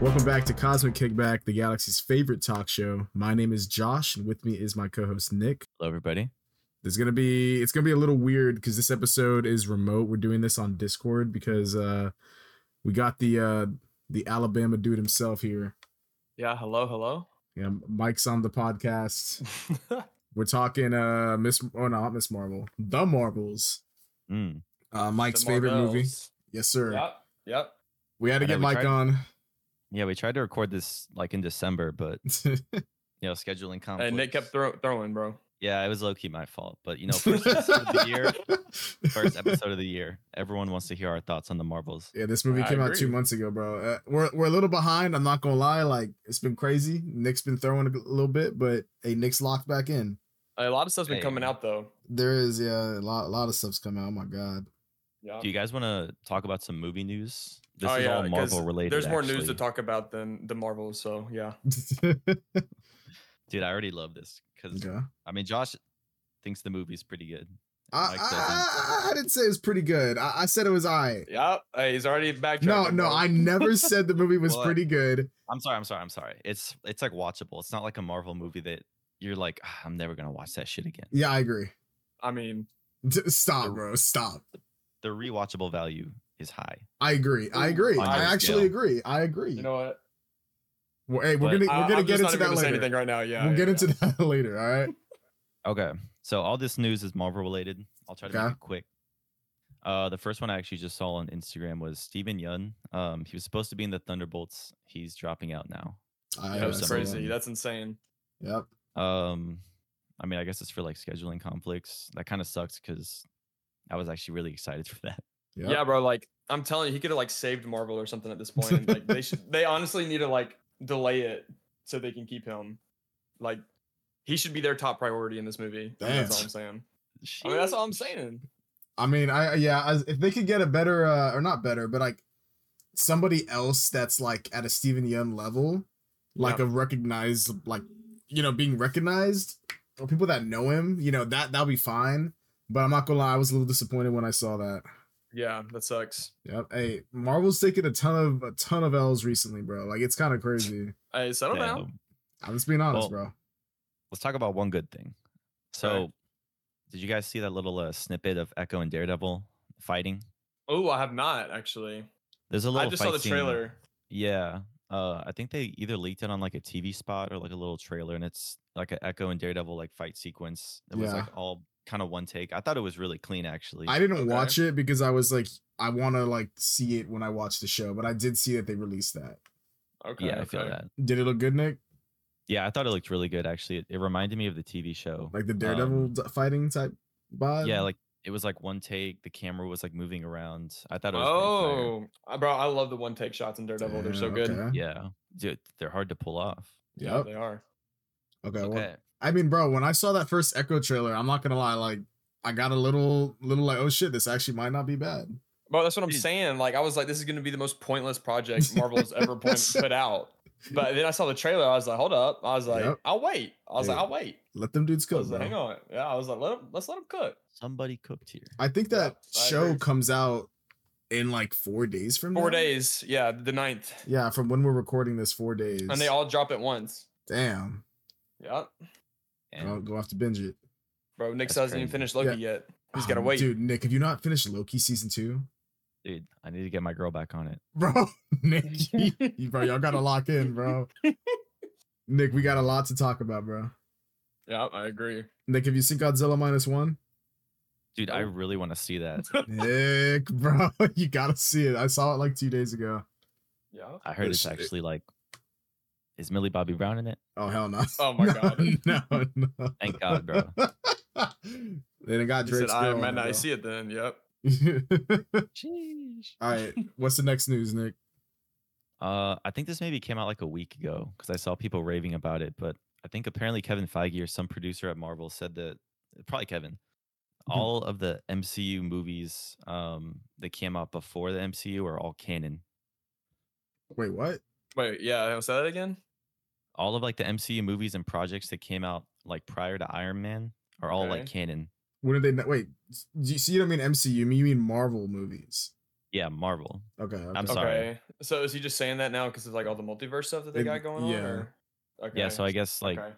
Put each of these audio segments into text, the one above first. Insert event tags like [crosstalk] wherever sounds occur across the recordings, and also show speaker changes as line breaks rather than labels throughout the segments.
Welcome back to Cosmic Kickback, the galaxy's favorite talk show. My name is Josh, and with me is my co-host Nick.
Hello, everybody.
There's gonna be it's gonna be a little weird because this episode is remote. We're doing this on Discord because uh we got the uh the Alabama dude himself here.
Yeah, hello, hello. [laughs]
Yeah, Mike's on the podcast. We're talking uh Miss oh no, not Miss Marvel, The Marvels.
Mm.
Uh Mike's
The
favorite movie.
Marvels.
Yes, sir.
Yep, yep.
We had to
I know,
get
we
Mike
tried.
on.
[laughs] Yeah, we tried to record this like in December, but you know, scheduling conflicts.
And Nick kept throw- throwing, bro.
Yeah, it was low key my fault, but you
[laughs]
know, first episode of
[laughs]
the year, first episode of the year, everyone wants to hear our thoughts on the Marvels.
Yeah, this movie
I
came out two
agree.
months ago, bro. Uh, we're we're a little behind. I'm not gonna lie. Like it's been crazy. Nick's been throwing a little bit, but hey, Nick's locked back in.
A lot of stuff's been
Hey.
coming out though.
There is yeah, a lot a lot of stuff's coming out. Oh my god. [laughs]
Yeah.
Do you guys want to talk about some movie news? This
Oh,
is
yeah,
all
'cause
Marvel related.
There's more news to
actually.
talk about than the Marvels, so yeah.
Dude, I already love this because
yeah.
I mean, Josh thinks the movie's pretty good.
I, I,
Mike
I, I- I didn't say it was pretty good. I, I said it was I.
Yep. Hey, he's already back.
No, no, I never said the movie was
[laughs]
What?
pretty good.
I'm sorry, I'm sorry, I'm sorry. It's it's like watchable. It's not like a Marvel movie that you're like, "Ah, I'm never gonna watch that shit again.
Yeah, I agree.
I mean,
D- Stop, bro. Stop.
The rewatchable value is high.
I agree. I
Ooh,
agree.
on
I
your
actually
scale.
agree. I agree.
you know what?
Well, hey, we're
But
gonna
I-
we're gonna
I'm
get
just
into
not even
that
gonna say
later.
anything right now. Yeah.
we'll
yeah,
get
yeah.
into that [laughs] later. All right.
Okay. So all this news is Marvel related. I'll try to
Okay.
make it quick. Uh, the first one I actually just saw on Instagram was Steven Yun. Um, he was supposed to be in the Thunderbolts. He's dropping out now.
I, uh,
Yeah,
Yeah,
that's
so-
crazy. That's insane.
Yep.
Um, I mean, I guess it's for like scheduling conflicts. That kind of sucks because I was actually really excited [laughs] for that.
Yep.
Yeah, bro. Like I'm telling you, he could have like saved Marvel or something at this point. and,
[laughs]
like they should, they honestly need to like delay it so they can keep him. Like he should be their top priority in this movie. and That's all
Damn.
I'm saying. I mean, that's all I'm saying.
I mean, I yeah, I, if they could get a better uh, or not better, but like somebody else that's like at a Steven Yeun level, like
Yeah.
a recognized, like you know, being recognized or people that know him, you know, that that'll be fine. But I'm not gonna lie, I was a little disappointed when I saw that.
Yeah, that sucks.
Yep. Hey, Marvel's taken a ton of a ton of L's recently, bro. Like it's kind of crazy.
Hey, settle down.
Damn.
I'm just being honest,
Well,
bro.
Let's talk about one good thing. So, did you guys see that little uh, snippet of Echo and Daredevil fighting?
Oh, I have not actually.
There's a little.
I just
fight
saw the
scene-
trailer.
Yeah. Uh, I think they either leaked it on like a TV spot or like a little trailer, and it's like an Echo and Daredevil like fight sequence. It was
Yeah.
like all kind of one take. I thought it was really clean, actually.
I didn't
okay.
watch it because I was like, I want to like see it when I watch the show, but I did see that they released that.
Okay.
yeah, I feel
okay.
that.
Did it look good, Nick?
Yeah, I thought it looked really good, actually. It, it reminded me of the TV show.
like um the daredevil
Um,
d- fighting type vibe.
yeah, like it was like one take. The camera was like moving around. I thought it was. pretty fire.
Oh, uh, bro, I love the one take shots in Daredevil. They're so
Damn,
good.
Okay.
Yeah, dude, they're hard to pull off.
Yeah,
Yep.
they are.
Okay. Well,
Okay.
I mean, bro, when I saw that first Echo trailer, I'm not gonna lie, like I got a little, little like, oh shit, this actually might not be bad.
Bro, that's what I'm
Dude.
saying. Like, I was like, this is going to be the most pointless [laughs] project Marvel has ever point- put out. But then I saw the trailer. I was like, hold up. I was like,
Yep.
I'll wait. I was
Dude,
like, I'll wait.
Let them dudes
I
cook,
was like, hang
bro.
on. Yeah, I was like, let him, let's let him cook.
Somebody cooked here.
I think that
Yeah, I
show
agree.
comes out in like four days from
Four
now?
days. Yeah, the ninth.
Yeah, from when we're recording this, four days.
And they all drop at once.
damn.
Yeah.
And
I'll go off to binge it.
Bro, Nick
That's
hasn't even
crazy.
finished Loki
Yeah.
yet. He's got to
Um,
wait.
dude. Nick, have you not finished Loki season two,
dude, I need to get my girl back on it.
[laughs] bro? Nick, you, you- bro, y'all gotta lock in,
[laughs]
bro. Nick, we got a lot to talk about, bro.
Yeah, I agree. [laughs]
Nick, have you seen Godzilla minus one?
Dude, I
Oh.
really want to see that.
Nick, [laughs] bro, you gotta see it. I saw it like two days ago.
Yeah.
I heard it's
eh
It's- it-
actually like, is Millie Bobby Brown in it?
Oh hell no!
Oh my
[laughs] No,
God.
No, no.
Thank God, bro.
[laughs] they done got
He said,
Drake's
I
girl
might
on
not
it, [laughs]
see it then. Yep.
bro.
Sheesh.
All right, what's the next news, Nick?
Uh, I think this maybe came out like a week ago because I saw people raving about it. But I think apparently Kevin Feige or some producer at Marvel said that probably Kevin,
Mhm.
Mm-hmm.
all of the MCU movies um that came out before the MCU are all canon.
Wait, what?
Wait, yeah, say that again?
All of like the MCU movies and projects that came out like prior to Iron Man are all like
Okay.
canon.
What are they? Wait, do you, so you don't mean MCU? You mean Marvel movies?
Yeah, Marvel.
Okay. okay.
I'm sorry.
Okay. So is he just saying that now because of like all the multiverse stuff that they
It-
got going on?
yeah.
Or? Okay.
Yeah, so I guess like
okay.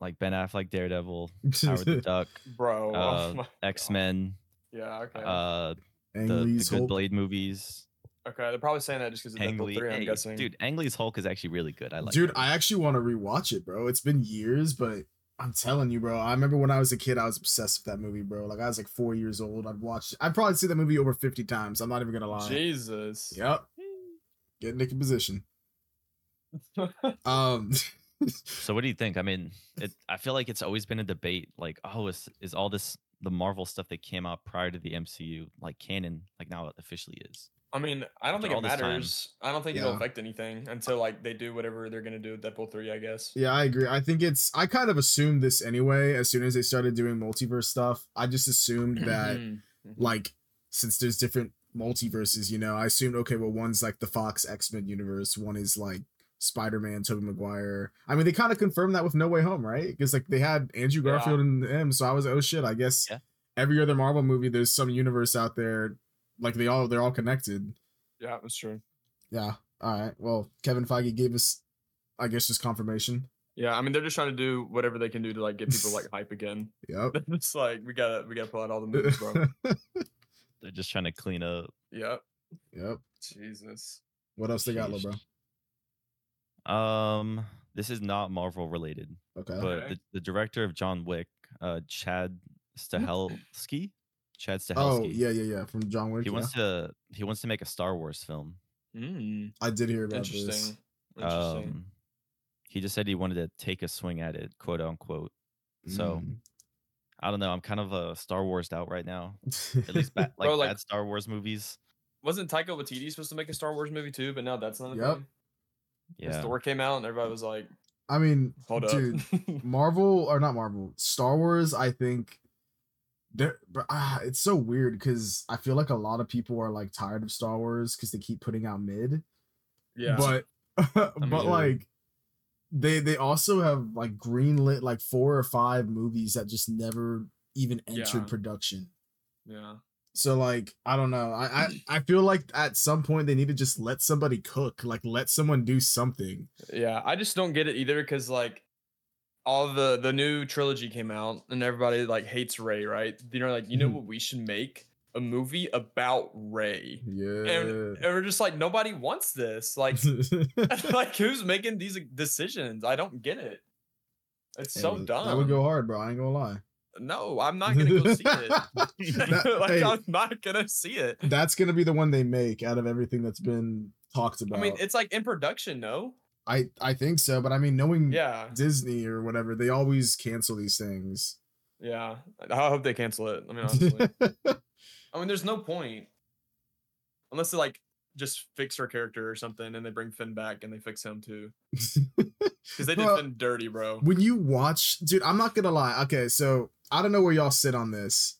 like Ben Affleck, Daredevil,
[laughs]
Howard
[laughs]
the Duck,
bro, oh
uh,
my-
X Men,
Yeah. Okay.
uh,
Ang
the, the
Lee's
Good
Hulk.
Blade movies,
okay. They're probably saying that just because of
Ang
Deadpool
Lee.
three. I'm
Hey,
guessing.
dude, Ang Lee's Hulk is actually really good. I like.
Dude,
it.
I actually want to rewatch it, bro. It's been years, but I'm telling you, bro. I remember when I was a kid, I was obsessed with that movie, bro. Like I was like four years old. I'd watched. I'd probably seen that movie over fifty times. I'm not even gonna lie.
Jesus.
Yep. Get Nick in position. Um. [laughs]
So what do you think? I mean, it, I feel like it's always been a debate. Like, oh, is is all this the Marvel stuff that came out prior to the MCU like canon? Like now it officially is.
[laughs] I mean, I don't
After
think it
all this time.
matters. I don't think it'll
Yeah.
affect anything until like they do whatever they're gonna do with Deadpool three. I guess.
Yeah, I agree. I think it's. I kind of assumed this anyway. As soon as they started doing multiverse stuff, I just assumed
[clears throat]
that
Mhm.
like since there's different multiverses, you know, I assumed okay, well, one's like the Fox X Men universe, one is like Spider Man, Tobey Maguire. I mean, they kind of confirmed that with No Way Home, right? Because like they had Andrew
Yeah.
Garfield and him, so I was oh shit, I guess
Yeah.
every other Marvel movie, there's some universe out there, like they all they're all connected.
Yeah, that's true.
Yeah. All right. Well, Kevin Feige gave us, I guess, just confirmation.
Yeah, I mean they're just trying to do whatever they can do to like get people
[laughs]
like hype again. [laughs]
Yep.
it's like we gotta we gotta pull
[laughs]
out all the moves, bro.
They're just trying to clean up.
yep.
yep.
Jesus.
What else they got,
Sheesh.
little bro?
Um, this is not Marvel related,
Okay.
but
Okay.
the, the director of John Wick, uh, Chad Stahelski, Chad Stahelski.
oh yeah, yeah, yeah. From John Wick.
He
yeah.
wants to he wants to make a Star Wars film.
Mm,
I did hear about this.
interesting. Interesting.
Um, he just said he wanted to take a swing at it, quote unquote. So
Mm.
I don't know. I'm kind of uh, Star Warsed out right now.
Mm.
At least ba- like,
[laughs] Bro, like-
bad Star Wars movies.
Wasn't Taika Waititi supposed to make a Star Wars movie too? But now that's not a
Yep.
thing. 'Cause
Yeah,
Thor came out and everybody was like,
[laughs] I mean,
"Hold up."
dude, Marvel or not Marvel, Star Wars. I think, they're- but ah, it's so weird because I feel like a lot of people are like tired of Star Wars because they keep putting out mid.
[laughs] yeah.
But [laughs] but
mean-
like, they they also have like greenlit like four or five movies that just never even entered
Yeah.
production.
yeah.
So like I don't know. I,
[clears throat]
I I feel like at some point they need to just let somebody cook, like let someone do something.
Yeah. I just don't get it either because like all the the new trilogy came out and everybody like hates Ray, right? You know, like you know
Mhm.
what we should make a movie about Ray.
Yeah.
And, and we're just like nobody wants
[laughs]
this. Like [laughs] like who's making these decisions? I don't get it. It's so dumb.
That would go hard, bro. I ain't gonna lie.
no, I'm not gonna go see
[laughs]
it. [laughs]
That-
like
hey,
I'm not gonna see it.
that's gonna be the one they make out of everything that's been talked
I
about. I
mean, it's like in production, no?
I, think so, but I mean, knowing
Yeah,
Disney or whatever, they always cancel these things.
yeah. I hope they cancel it. I
[laughs]
mean, honestly, I mean, there's no point unless they like just fix her character or something, and they bring Finn back and they fix
[laughs]
him too because they did
Well,
Finn dirty, bro.
when you watch, dude, I'm not gonna lie. Okay, so I don't know where y'all sit on this.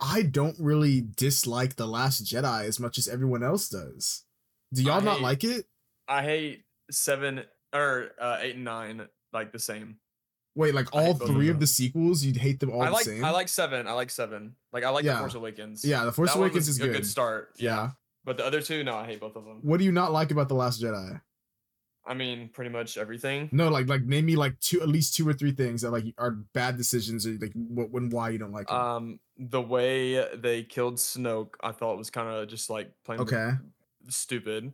I don't really dislike The Last Jedi as much as everyone else does. Do y'all
I
not
hate-
like it?
I hate seven or uh, eight and nine like the same.
Wait, like
I hate
all
both of
three of
them.
the sequels, you'd hate them all
I like
the same?
I like seven. I like seven. Like I like
Yeah.
the Force Awakens.
yeah, The Force
That one
Awakens
was
is
a
good.
good start.
yeah.
But the other two, no, I hate both of them.
What do you not like about The Last Jedi?
I mean, pretty much everything.
No, like like name me like two at least two or three things that like are bad decisions or like what when why you don't like [laughs] 'em.
Um, the way they killed Snoke, I thought was kind of just like plain
okay.
stupid.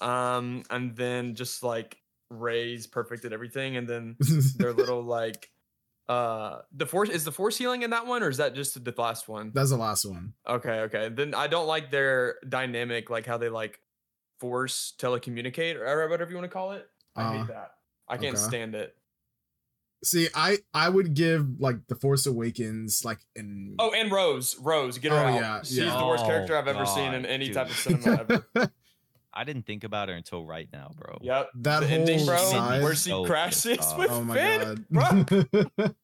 Um, and then just like Ray's perfect at everything, and then
[laughs]
their little like, uh, the force is the force healing in that one, or is that just the last one?
That's the last one.
Okay, okay. Then I don't like their dynamic, like how they like force telecommunicate or whatever you want to call it. I
Uh,
hate that. I can't
okay.
stand it.
See, I I would give like The Force Awakens like an
Oh, and Rose, Rose, get her
Oh,
out.
yeah,
She's
yeah.
the worst
Oh,
character I've ever seen in
God,
any
[laughs]
dude.
type of cinema ever.
I didn't think about her until right now, bro.
Yep.
that
the
whole
ending, bro,
side.
where she
Oh, good
crashes
God.
with
oh my
Finn.
[laughs] god.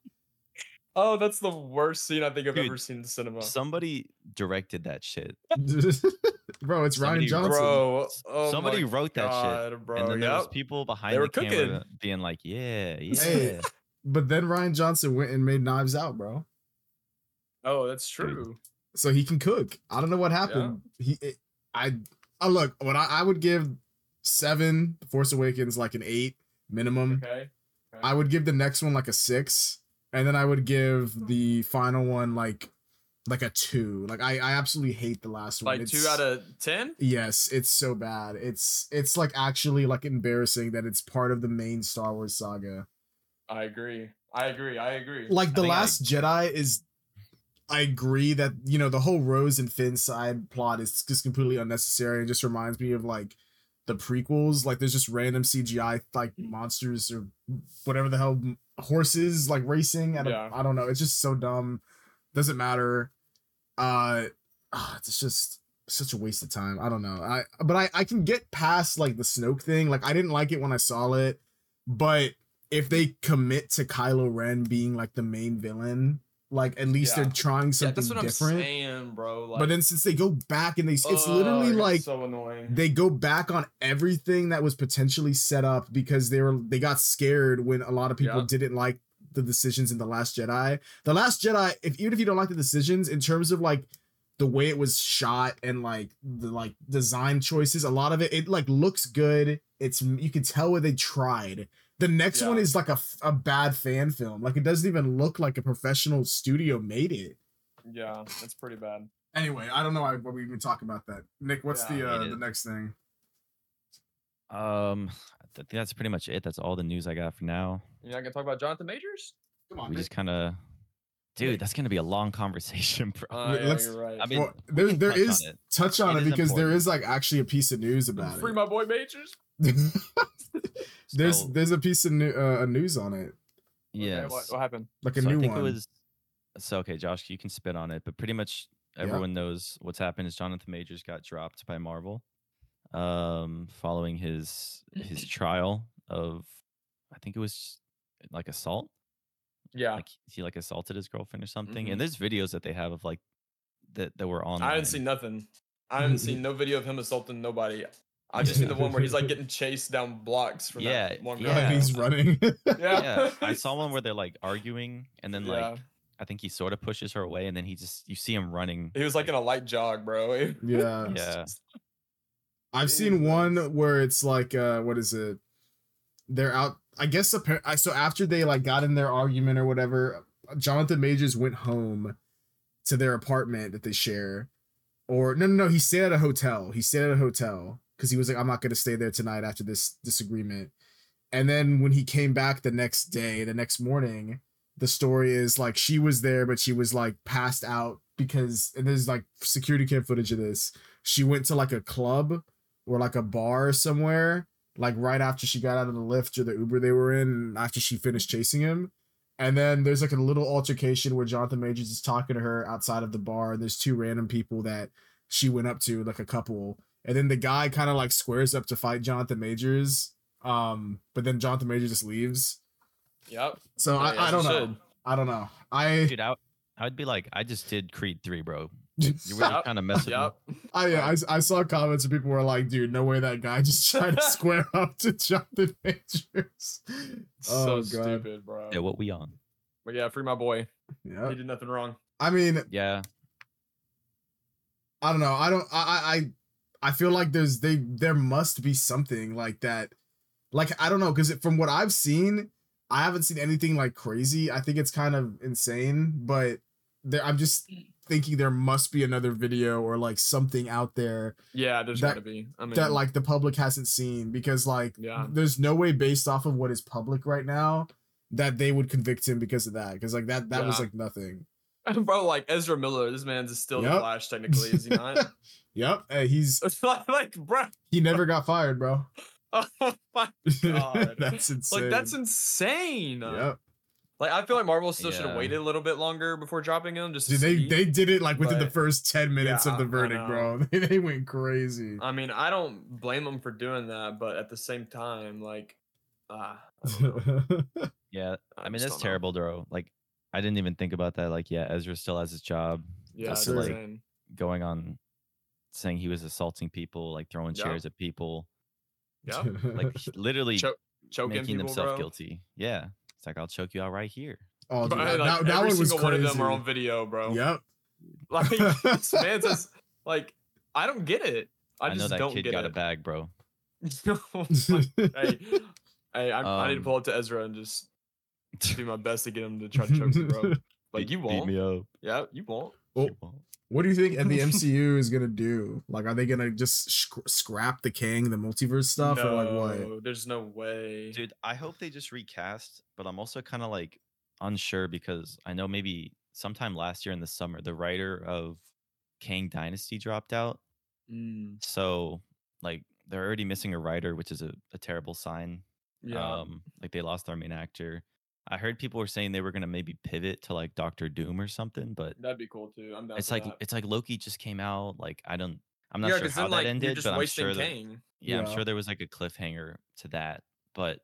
Oh, that's the worst scene I think I've
Dude,
ever seen in the cinema.
Somebody directed that shit.
bro, it's Ryan
Somebody
Johnson.
Bro,
S-
oh
Somebody
my
wrote that shit.
God, bro.
and then there was
Yep.
people behind
were
the camera
cooking.
being like, "Yeah,
[laughs]
yeah."
Hey, But then Ryan Johnson went and made Knives Out, bro.
Oh, that's
Dude.
true.
So he can cook. I don't know what happened. He it, I I look what I, I would give seven The Force Awakens like an eight minimum.
Okay.
I would give the next one like a six, and then I would give the final one like like a two. Like I I absolutely hate the last one.
Like two out of ten.
Yes, it's so bad. It's it's like actually like embarrassing that it's part of the main Star Wars saga.
I agree. I agree. I agree.
Like the
think I-
last Jedi is I agree that you know the whole Rose and Finn side plot is just completely unnecessary. It just reminds me of like the prequels. Like there's just random CGI like
Mm.
monsters or whatever the hell horses like racing. I don't,
Yeah.
I don't know. It's just so dumb. Doesn't matter. Uh, ah, it's just such a waste of time. I don't know. I but I I can get past like the Snoke thing. Like I didn't like it when I saw it, but if they commit to Kylo Ren being like the main villain, like at least
Yeah.
they're trying
yeah,
something
that's what
different.
I'm saying, bro. Like,
but then since they go back and they, it's
Ugh,
literally like
so annoying.
they go back on everything that was potentially set up because they were they got scared when a lot of people
Yeah.
didn't like the decisions in the last jedi the last jedi if even if you don't like the decisions in terms of like the way it was shot and like the like design choices a lot of it it like looks good it's you can tell where they tried the next one
Yeah.
is like a, f- a bad fan film like it doesn't even look like a professional studio made it
yeah, that's pretty bad.
anyway i don't know why, why we even talk about that nick what's
Yeah,
the
I
uh,
hate
the
it.
next thing
Um, I think that's pretty much it. That's all the news I got for now.
You're not gonna talk about Jonathan Majors?
come on
We
Nick.
just kind of, dude, that's gonna be a long [laughs] conversation, bro.
Uh,
Yeah,
yeah,
let's-
you're right.
I mean,
well, there,
can
there
touch on
is
it.
touch on
It
it,
is
because there
important.
is like actually a piece of news about
free my boy Majors.
it. [laughs]
[laughs]
there's
So-
there's a piece of new, uh, news on it,
yes.
Okay, what, what happened?
like a
so
new
I think
one.
it was so okay, Josh. You can spit on it, but pretty much
Yeah.
everyone knows what's happened. Is Jonathan Majors got dropped by Marvel, um, following his his trial of, I think it was like assault.
Yeah,
Like he like assaulted his girlfriend or something.
Mhm.
And there's videos that they have of like that that were on.
I haven't seen [laughs] nothing. I haven't seen no video of him assaulting nobody. I've just seen the one where he's like getting chased down blocks from
Yeah,
that one
[laughs] Like,
yeah.
guy. [laughs]
he's running. [laughs]
Yeah, I saw one where they're like arguing, and then
Yeah.
like I think he sort of pushes her away, and then he just you see him
[laughs]
running.
He was like in a light jog, bro. [laughs]
yeah.
Yeah,
I've seen
Jesus.
one where it's like uh what is it? They're out I guess appar- I so after they like got in their argument or whatever, Jonathan Majors went home to their apartment that they share. Or no no no, he stayed at a hotel. He stayed at a hotel cuz he was like I'm not going to stay there tonight after this disagreement. And then when he came back the next day, the next morning, the story is like she was there but she was like passed out because and there's like security cam footage of this. She went to like a club or like a bar somewhere, like right after she got out of the lift or the Uber they were in, and after she finished chasing him. And then there's like a little altercation where Jonathan Majors is talking to her outside of the bar, and there's two random people that she went up to, like a couple. And then the guy kind of like squares up to fight Jonathan Majors. Um, but then Jonathan Majors just leaves.
Yep.
So
Oh, Yeah,
I, I
as
don't
you
know.
should.
I don't know. I
dude, I I would be like, I just did Creed three, bro. You really
Yup,
kind of messed
Yep.
up.
I, Oh, yeah, I s- I saw comments and people were like, "Dude, no way that guy just [laughs] tried to
[laughs]
square up to Jonathan Majors."
So
Oh, God.
stupid, bro.
Yeah, what we on?
But yeah, free my boy.
Yeah,
He did nothing wrong.
I mean,
Yeah,
I don't know. I don't. I I I I feel like there's they there must be something like that. Like I don't know because from what I've seen, I haven't seen anything like crazy. I think it's kind of insane, but there I'm just
Hmm.
thinking there must be another video or like something out there
Yeah, there's
That-
gotta be. I mean,
that like the public hasn't seen because like
Yeah.
there's no way based off of what is public right now that they would convict him because of that because like that that was
Yeah.
like nothing.
[laughs] bro, like Ezra Miller, this man's still the
Yup.
Flash, technically, is he not?
[laughs]
[laughs]
Yep, hey, he's
It's like, like, bro. [laughs]
he never got fired, bro.
Oh my God.
[laughs] that's insane.
Like that's uh, insane.
Yep.
Like I feel like Marvel still should
Yeah.
have waited a little bit longer before dropping him. Just to
Dude, they
see.
they did it like within the
but-
first ten minutes
Yeah,
of the
I
verdict, bro. They, [laughs] they went crazy.
I mean, I don't blame them for doing that, but at the same time, like, ah, I
[laughs]
don't know.
yeah. [laughs]
I
I mean, that's
just don't know.
terrible, bro. Like, I didn't even think about that. Like, yeah, Ezra still has his job.
Yeah,
That's
it's
like-
insane.
Going on, saying he was assaulting people, like throwing
Yeah.
chairs at people,
yeah,
[laughs] like
[laughs]
he- literally
Choke choking
making
people,
themselves
bro.
guilty. Yeah, it's like I'll choke you out right here.
oh,
[laughs]
dude,
Bro,
that,
[laughs] like,
that- that
every
one was
single
crazy.
one of them [laughs] are on video, bro.
Yep. [laughs]
Like this man says, like, I don't get it.
I,
I
know
just
that
don't
kid
get
got a
it.
bag, bro.
Oh my- [laughs]
[laughs]
hey, hey, I'm, I need to
Um,
pull up to Ezra
[laughs]
and just do my best to get him to try to choke me, bro. Like
Beat-
you
Beat
won't.
me up.
Yeah, you won't.
Oh.
You won't.
What do you think
[laughs]
the MCU is gonna do? Like, are they gonna just sc- scrap the Kang, the multiverse stuff, or like what?
No, There's no way.
Dude, I hope they just recast, but I'm also kind of like unsure because I know maybe sometime last year in the summer, the writer of Kang Dynasty dropped out.
Mm,
So, like, they're already missing a writer, which is a, a terrible sign.
yeah.
Um, like, they lost their main actor. I heard people were saying they were going to maybe pivot to like Doctor Doom or something, but
That'd be cool too. I'm down.
it's
for
like,
that.
it's like Loki just came out. Like, I don't, I'm not
yeah,
sure
'cause
how
then
that
like you're
ended,
just
but I'm
wasting
sure that,
Kang.
yeah, I'm
Yeah.
sure there was like a cliffhanger to that, but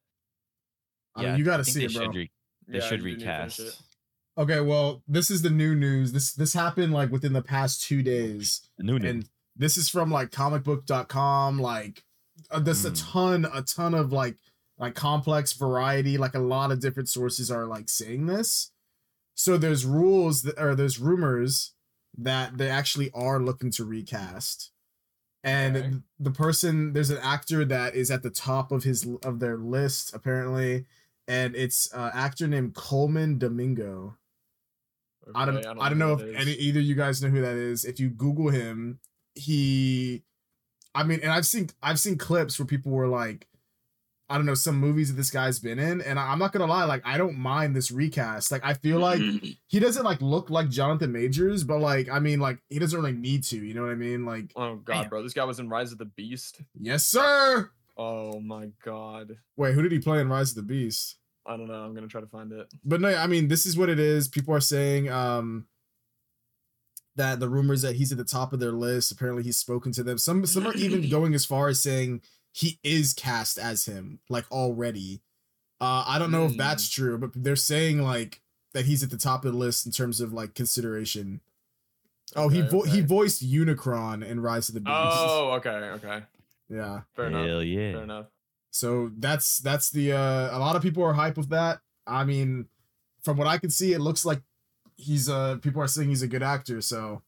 I mean,
yeah,
you
I
gotta
think
see
they
it, bro.
should re- they
Yeah,
should
you do need to finish
recast.
it.
Okay, well, this is the new news. This this happened like within the past two days.
New
and this is from like comicbook.com like uh, there's a
Mm.
ton a ton of like like complex variety like a lot of different sources are like saying this so there's rules that or there's rumors that they actually are looking to recast and
Okay.
th- the person there's an actor that is at the top of his of their list apparently and it's uh actor named Coleman Domingo I don't,
Okay,
I don't, know
who
if
that is.
any e either of you guys know who that is. If you Google him, he, I mean, and I've seen I've seen clips where people were like, I don't know, some movies that this guy's been in, and I, I'm not gonna lie, like I don't mind this recast. Like I feel like he doesn't like look like Jonathan Majors, but like I mean, like he doesn't really need to. You know what I mean? Like
Oh god,
Damn.
bro, this guy was in Rise of the Beast.
yes, sir.
Oh my god,
Wait, who did he play in Rise of the Beast?
I don't know. I'm gonna try to find it.
but no, I mean, this is what it is. People are saying um that the rumors that he's at the top of their list. Apparently, he's spoken to them. Some some are
[clears throat]
even going as far as saying he is cast as him, like already. Uh, I don't know if
Mm.
that's true, but they're saying like that he's at the top of the list in terms of like consideration. Oh, he
Okay,
vo- he
okay.
voiced Unicron in Rise of the Beast.
Oh, okay, okay,
yeah.
fair enough,
Hell yeah.
fair enough.
So that's that's the uh a lot of people are hype with that. I mean, from what I can see, it looks like he's uh people are saying he's a good actor, so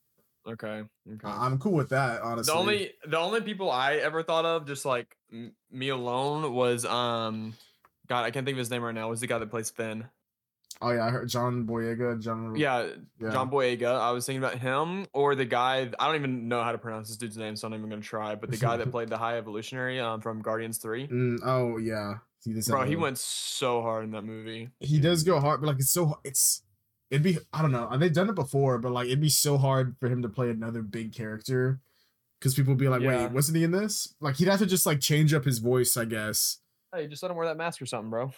Okay, okay.
I- I'm cool with that, honestly.
the only the only people I ever thought of, just like m- me alone, was um, God, I can't think of his name right now. Was the guy that plays Finn?
oh yeah, I heard John Boyega, John
Yeah,
yeah.
John Boyega. I was thinking about him or the guy. I don't even know how to pronounce this dude's name, so I'm not even gonna try. But
[laughs]
the guy that played the High Evolutionary um, from Guardians Three,
Mm, oh yeah, he does.
bro,
have
he
a-
went so hard in that movie.
He does go hard, but like it's so it's it'd be I don't know. They've done it before, but like it'd be so hard for him to play another big character because people would be like,
Yeah.
wait, wasn't he in this? Like he'd have to just like change up his voice, I guess. [laughs]
Hey, just let him wear that mask or something, bro.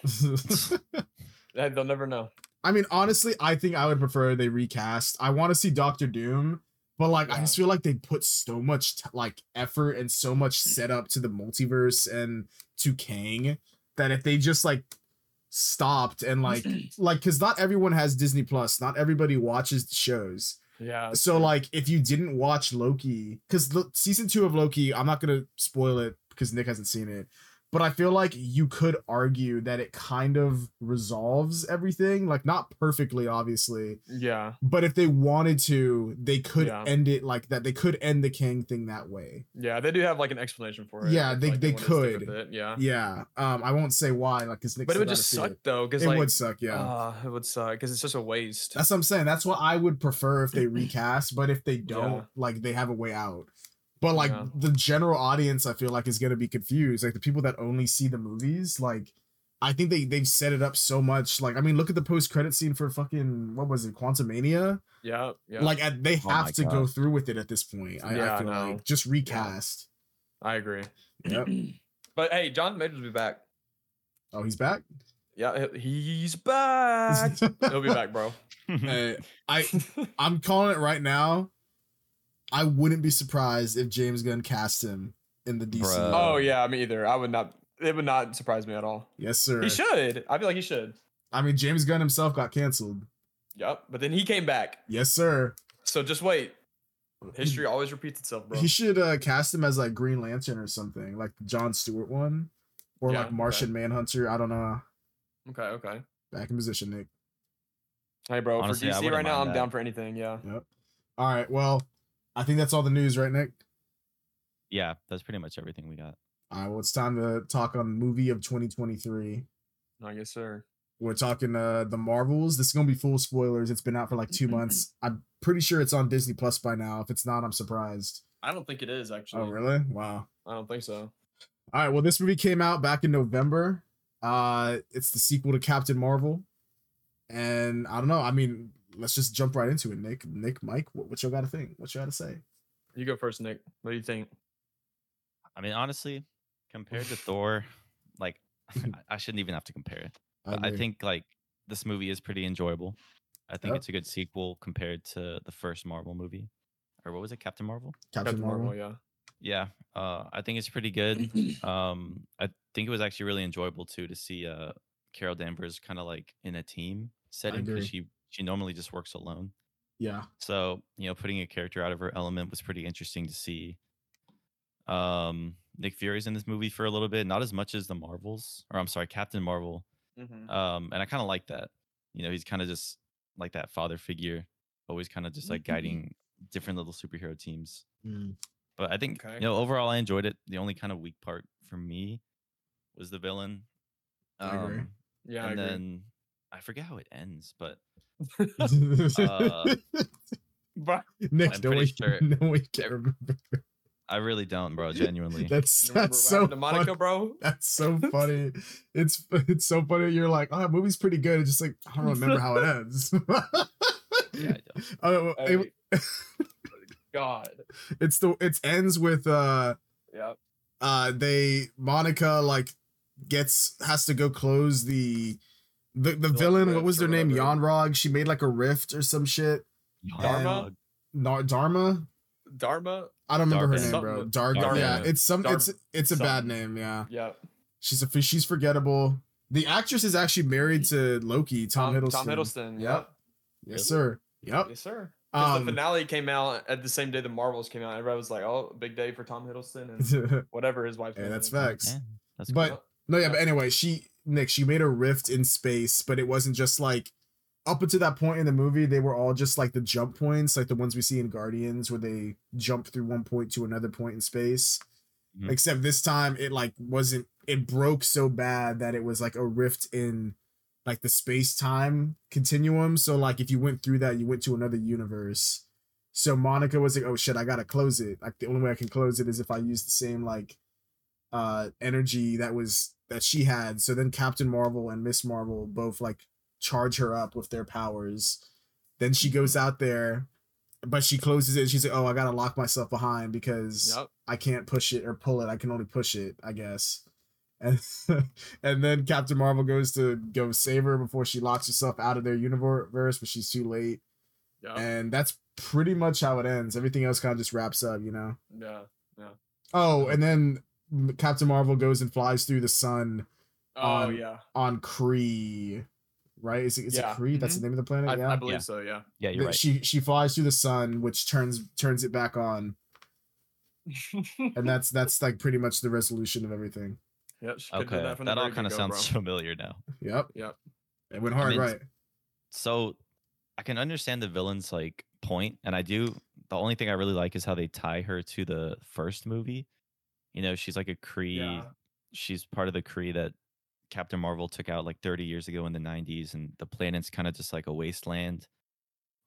Hey, They'll never know.
I mean, honestly, I think I would prefer they recast. I want to see Doctor Doom, but like I
Yeah.
just feel like they put so much t- like effort and so much setup to the multiverse and to Kang that if they just like stopped and like like because not everyone has Disney Plus, not everybody watches the shows.
Yeah.
So like if you didn't watch Loki, because the season two of Loki, I'm not gonna spoil it because Nick hasn't seen it. But I feel like you could argue that it kind of resolves everything, like not perfectly, obviously.
Yeah.
But if they wanted to, they could
Yeah.
end it like that. They could end the Kang thing that way.
Yeah, they do have like an explanation for it.
Yeah,
if,
they-
like,
they
wanted to stick with
could.
it, Yeah.
Yeah. Um. I won't say why, like, because Nick.
Uh-huh. But it
still gotta
would just
see
suck
It,
though, because
It
like
would suck. Yeah.
ah, it would suck because it's just a waste.
That's what I'm saying. That's what I would prefer if they recast, but if they don't,
Yeah.
like they have a way out. But like
Yeah.
the general audience, I feel like is gonna be confused. Like the people that only see the movies, like I think they they've set it up so much. Like I mean, look at the post credit scene for fucking what was it, Quantumania?
yeah, yeah.
Like at, they
Oh
have
my
to go through with it at this point. I, I
Yeah, I
feel
know.
like just recast.
I agree.
Yep.
[clears throat] But hey, John Majors will be back.
Oh, he's back.
Yeah, he- he's back.
[laughs]
He'll be back, bro. [laughs]
Uh, I I'm calling it right now. I wouldn't be surprised if James Gunn cast him in the DC.
Bruh.
oh
Uh,
yeah, me either. I would not. It would not surprise me at all.
Yes, sir.
He should. I feel like he should.
I mean, James Gunn himself got canceled.
Yep. But then he came back.
Yes, sir.
So just wait. History always repeats itself, bro.
He should uh, cast him as like Green Lantern or something, like the John Stewart one, or
Yeah,
like Martian Manhunter. I don't know.
Okay. Okay.
Back in position, Nick.
Hey, bro.
Honestly, I
for DC
wouldn't
right now,
mind
I'm
that.
down for anything. Yeah.
Yep. All right. Well, I think that's all the news, right, Nick?
[laughs] yeah, that's pretty much everything we got.
All right, well, it's time to talk on movie of 2023.
I guess, sir.
We're talking uh the Marvels. This is gonna be full spoilers. It's been out for like
Mm-hmm.
two months. I'm pretty sure it's on Disney Plus by now. If it's not, I'm surprised.
I don't think it is actually.
Oh really? Wow.
I don't think so.
All right. Well, this movie came out back in November. Uh, it's the sequel to Captain Marvel, and I don't know. I mean, let's just jump right into it. Nick, Nick, Mike, what, what y'all got to think? What y'all got to say?
You go first, Nick. What do you think?
I mean, honestly, compared
[sighs]
to Thor,
[laughs]
like I- I shouldn't even have to compare it. But I
agree.
think like this movie is pretty enjoyable. I think
Yep.
it's a good sequel compared to the first Marvel movie, or what was it, Captain Marvel?
Captain, Marvel.
yeah.
Yeah, uh, I think it's pretty
[clears throat]
good. um, I think it was actually really enjoyable too to see uh, Carol Danvers kind of like in a team setting
agree.
because she she normally just works alone.
Yeah.
So you know, putting a character out of her element was pretty interesting to see. Um, Nick Fury's in this movie for a little bit, not as much as the Marvels, or I'm sorry, Captain Marvel.
Mhm.
Um, and I kind of like that. You know, he's kind of just like that father figure, always kind of just like guiding different little superhero teams. [laughs]
Mm.
But I think
Okay.
you know overall I enjoyed it. The only kind of weak part for me was the villain.
I agree.
Um,
[laughs] Yeah, I
and
agree. [laughs]
then I forget how it ends, but
But
[laughs] Nick,
Uh,
no
I'm pretty
way,
sure
[laughs] no way can
ev-
remember.
I really don't, bro. Genuinely,
[laughs] That's
you remember
that's
what
so
happened to Monica,
funny.
bro?
[laughs] That's
[laughs]
so funny. It's it's so funny. You're like, oh, that movie's pretty good. It's just like I don't remember how it
[laughs]
ends. [laughs]
yeah, I don't.
Oh,
Oh,
it-
wait. [laughs] God.
it's the it ends with uh
Yeah.
uh they Monica like gets has to go close the the, the
like,
villain. What
rift
was
or
their name?
whatever.
Yanrog. She made like a rift or some shit.
Dharma?
Nar- Dharma.
Dharma.
I don't remember her
Darben.
name, bro.
Something-
Dark.
Darben.
Yeah, it's some.
Darb-
it's it's a bad
something.
name. Yeah,
Yeah.
she's a she's forgettable. The actress is actually married to Loki, Tom, Hiddleston.
Tom Hiddleston.
Yep.
Yep.
Yes, sir. Yep.
Yes, sir. 'Cause the
Oh, Um,
finale came out at the same day the Marvels came out. Everybody was like, "Oh, big day for Tom Hiddleston
[laughs]
and whatever his wife's
Yeah,
name
that's
is."
facts.
Yeah, that's
But
cool.
no, yeah, but anyway, she Nick, she made a rift in space, but it wasn't just like up until that point in the movie, they were all just like the jump points, like the ones we see in Guardians, where they jump through one point to another point in space.
Mhm.
Except this time, it like wasn't. It broke so bad that it was like a rift in like the space time continuum. So like if you went through that, you went to another universe. So Monica was like, "Oh shit, I gotta close it. Like the only way I can close it is if I use the same like uh energy that was that she had." So then Captain Marvel and Miss Marvel both like charge her up with their powers. Then she goes out there, but she closes it. And she's like, "Oh, I gotta lock myself behind because
Yep.
I can't push it or pull it. I can only push it, I guess." [laughs] And and then Captain Marvel goes to go save her before she locks herself out of their universe, but she's too late.
Yeah.
And that's pretty much how it ends. Everything else kind of just wraps up, you know.
yeah.
Oh, and then M- Captain Marvel goes and flies through the sun
Oh
Um,
yeah.
on Kree, right? Is it, is
Yeah,
it Kree? That's the name of the planet.
I,
yeah,
I believe so. Yeah.
yeah,
That
you're right.
She she flies through the sun, which turns turns it back on, and that's that's like pretty much the resolution of everything.
Yep. she could've done
okay, that,
from the
all
very
kind of
get-go,
sounds [laughs]
bro.
familiar now.
Yep.
Yep.
It went
I
hard,
mean,
right?
So I can understand the villain's like point, and I do. The only thing I really like is how they tie her to the first movie. You know, she's like a Cree.
Yeah.
She's part of the Cree that Captain Marvel took out like 30 years ago in the 90s, and the planet's kind of just like a wasteland.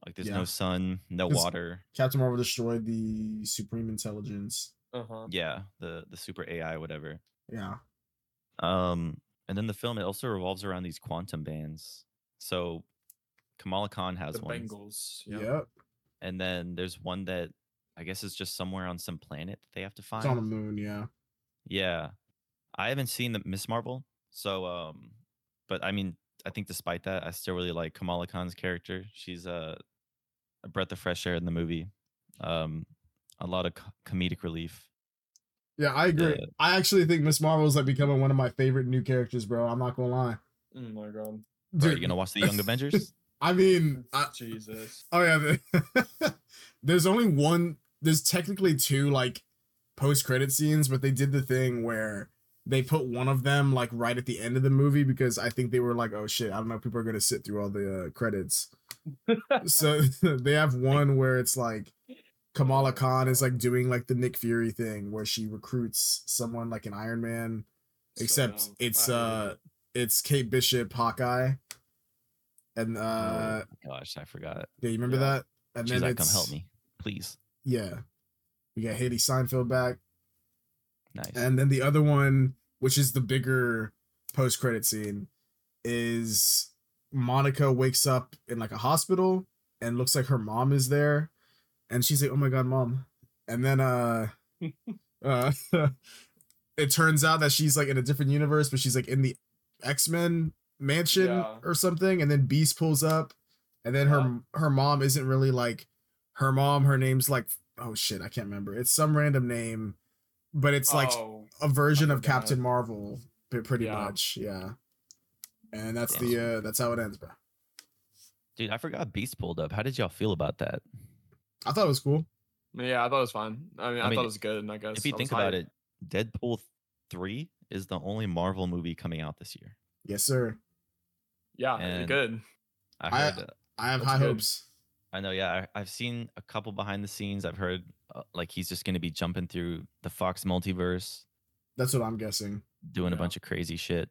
Like there's
Yeah.
no sun, no
'Cause-
[laughs]
water.
Captain Marvel destroyed the Supreme Intelligence.
Uh-huh.
Yeah, the the super AI, whatever.
Yeah.
Um, and then the film it also revolves around these quantum bands. So Kamala Khan has
The
one,
Bengals.
Yep.
and then there's one that I guess is just somewhere on some planet that they have to
It's on the
find.
moon. Yeah.
Yeah, I haven't seen the Miss Marvel, so um, but I mean, I think despite that, I still really like Kamala Khan's character. She's a, a breath of fresh air in the movie. Um, a lot of co- comedic relief.
Yeah, I agree.
Yeah.
I actually think Miss Marvel's like becoming one of my favorite new characters, bro. I'm not gonna lie.
Oh my god.
Bro, are
Dude,
you gonna watch the
[laughs]
Young Avengers?
I mean, Mm, I,
Jesus.
oh yeah. the- [laughs] there's only one. There's technically two like post credit scenes, but they did the thing where they put one of them like right at the end of the movie because I think they were like, oh shit, I don't know, if people are gonna [laughs] sit through all the uh, credits. so they have one where it's like Kamala Khan is like doing like the Nick Fury thing where she recruits someone like an Iron Man,
So,
except
um,
it's
I-
uh it's Kate Bishop Hawkeye, and
Oh,
uh
gosh, I forgot.
yeah, you remember
yeah.
that? And
She's like,
it's
come help me, please.
yeah, we got Haley Seinfeld back,
Nice.
and then the other one, which is the bigger post credit scene, is Monica wakes up in like a hospital and looks like her mom is there, and she's like, "Oh my god, mom!" And then
[laughs]
uh, uh, [laughs] it turns out that she's like in a different universe, but she's like in the X Men mansion
Yeah.
or something, and then Beast pulls up, and then her her mom isn't really like her mom. Her name's like oh shit, I can't remember. It's some random name, but it's like
oh,
a version of
forgot.
Captain Marvel, but pretty
Yeah.
much, yeah. And that's
Yeah.
the uh that's how it ends, bro.
Dude, I forgot Beast pulled up. How did y'all feel about that?
I thought it was cool.
yeah, I thought it was fine. I mean, I,
mean,
thought it was good. I guess
If you
I was
think about
hyped.
it, Deadpool 3 is the only Marvel movie coming out this year.
Yes, sir.
yeah,
and-
good.
I
I-
heard that.
I have
That's
high
good.
hopes.
I know, yeah. I, I've seen a couple behind the scenes. I've heard uh, like he's just going to be jumping through the Fox multiverse,
That's what I'm guessing.
doing a
Yeah.
bunch of crazy shit.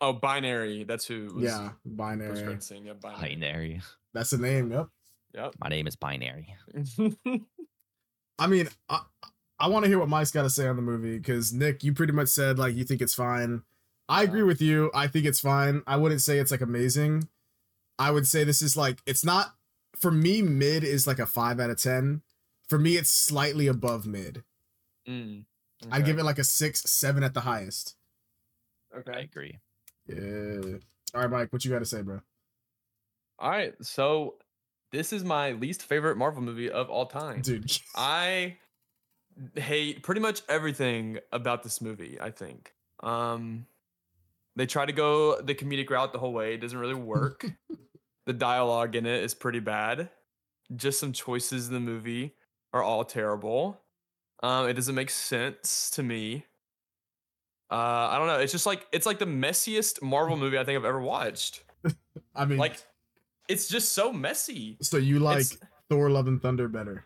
Oh, binary. That's who. Was
yeah,
First
binary.
credit scene. Yeah, binary.
Binary.
That's the name. Yep.
Yep.
My name is Binary.
[laughs]
I mean, I I want to hear what Mike's got to say on the movie because Nick, you pretty much said like you think it's fine. I
Yeah.
agree with you. I think it's fine. I wouldn't say it's like amazing. I would say this is like it's not for me. Mid is like a five out of ten. For me, it's slightly above mid.
Mm,
I'd
okay,
give it like a six, seven at the highest.
I
Okay.
agree.
Yeah. All right, Mike, what you got to say, bro?
All right. So this is my least favorite Marvel movie of all time.
Dude, [laughs]
I hate pretty much everything about this movie, I think. Um they try to go the comedic route the whole way, it doesn't
[laughs]
really work. the dialogue in it is pretty bad. Just some choices in the movie are all terrible. Um it doesn't make sense to me. Uh I don't know, it's just like it's like the
[laughs]
messiest Marvel movie I think I've ever watched.
I mean,
Like it's just so messy.
so you like
it's-
Thor: Love and Thunder better?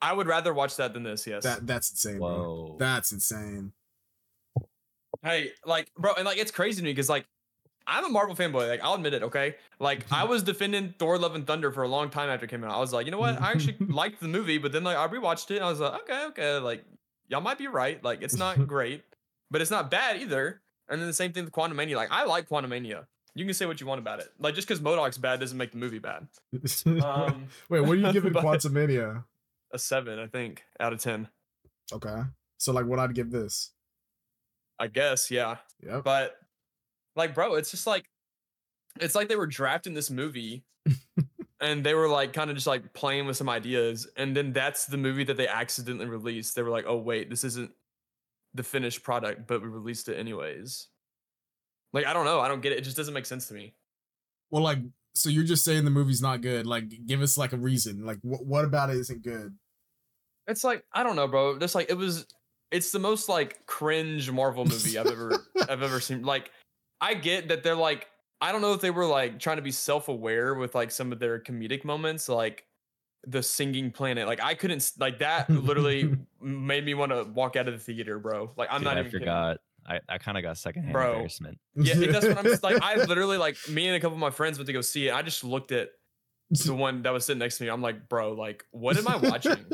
I would rather watch that than this, yes.
That that's insane. Bro.
Whoa.
That's insane.
Hey, like, bro, and like, it's crazy to me because, like, I'm a Marvel fanboy. Like, I'll admit it, okay? Like, I was defending Thor Love and Thunder for a long time after it came out. I was like, you know what? I actually liked the movie, but then, like, I rewatched it and I was like, okay, okay. Like, y'all might be right. Like, it's not great, but it's not bad either. And then the same thing with Quantum Mania. Like, I like Quantum Mania. You can say what you want about it. Like, just because MODOK's bad doesn't make the movie bad. Um,
[laughs] Wait, what are you
[laughs]
giving
but-
Quantumania?
a seven, I think, out of 10.
Okay, so like, what I'd give this?
I guess, yeah.
Yep.
But like, bro, it's just like it's like they were drafting this movie and they were like kind of just like playing with some ideas. And then that's the movie that they accidentally released. They were like, oh wait, this isn't the finished product, but we released it anyways. Like, I don't know. I don't get it. It just doesn't make sense to me.
Well, like, so you're just saying the movie's not good? Like, give us like a reason. Like, what what about it isn't good?
It's like, I don't know, bro. Just like it was it's the most like cringe Marvel movie
[laughs]
I've ever I've ever seen. Like, I get that they're like, I don't know if they were like trying to be self aware with like some of their comedic moments, like the singing planet. Like, I couldn't, s- like, that
[laughs]
literally made me want to walk out of the theater, bro. Like, I'm
Dude,
not
I
even kidding.
forgot. I, I kind of got secondhand
Bro.
embarrassment.
Yeah, it- that's what I'm just
[laughs]
like. I literally, like, me and a couple of my friends went to go see it. I just looked at the one that was sitting next to me. I'm like, bro, like, what am I watching?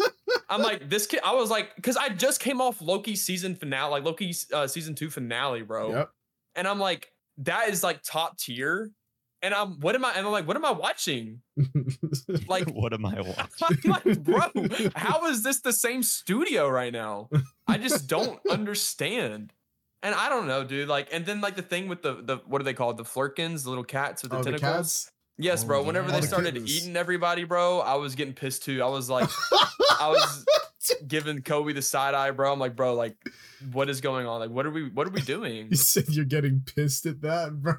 I'm like, this kid, I was like, because I just came off Loki season finale, like Loki uh, season two finale, bro.
Yep.
and I'm like, that is like top tier. And I'm what am I? And I'm like, what am I watching? [laughs] Like,
[laughs] what am I
[laughs]
watching?
I'm like, bro, how is this the same studio right now? I just don't understand. And I don't know, dude. Like, and then like the thing with the the what are they called? The flurkins, the little cats with the
oh, the
tentacles.
cats.
Yes,
Oh,
bro. Whenever
yeah.
they
Oh, the
started
kittens.
eating everybody, bro, I was getting pissed too. I was like, I was giving Kobe the side eye, bro. I'm like, bro, like, what is going on? Like, what are we what are we
[laughs]
doing?
[laughs] you said you're getting pissed at that, bro.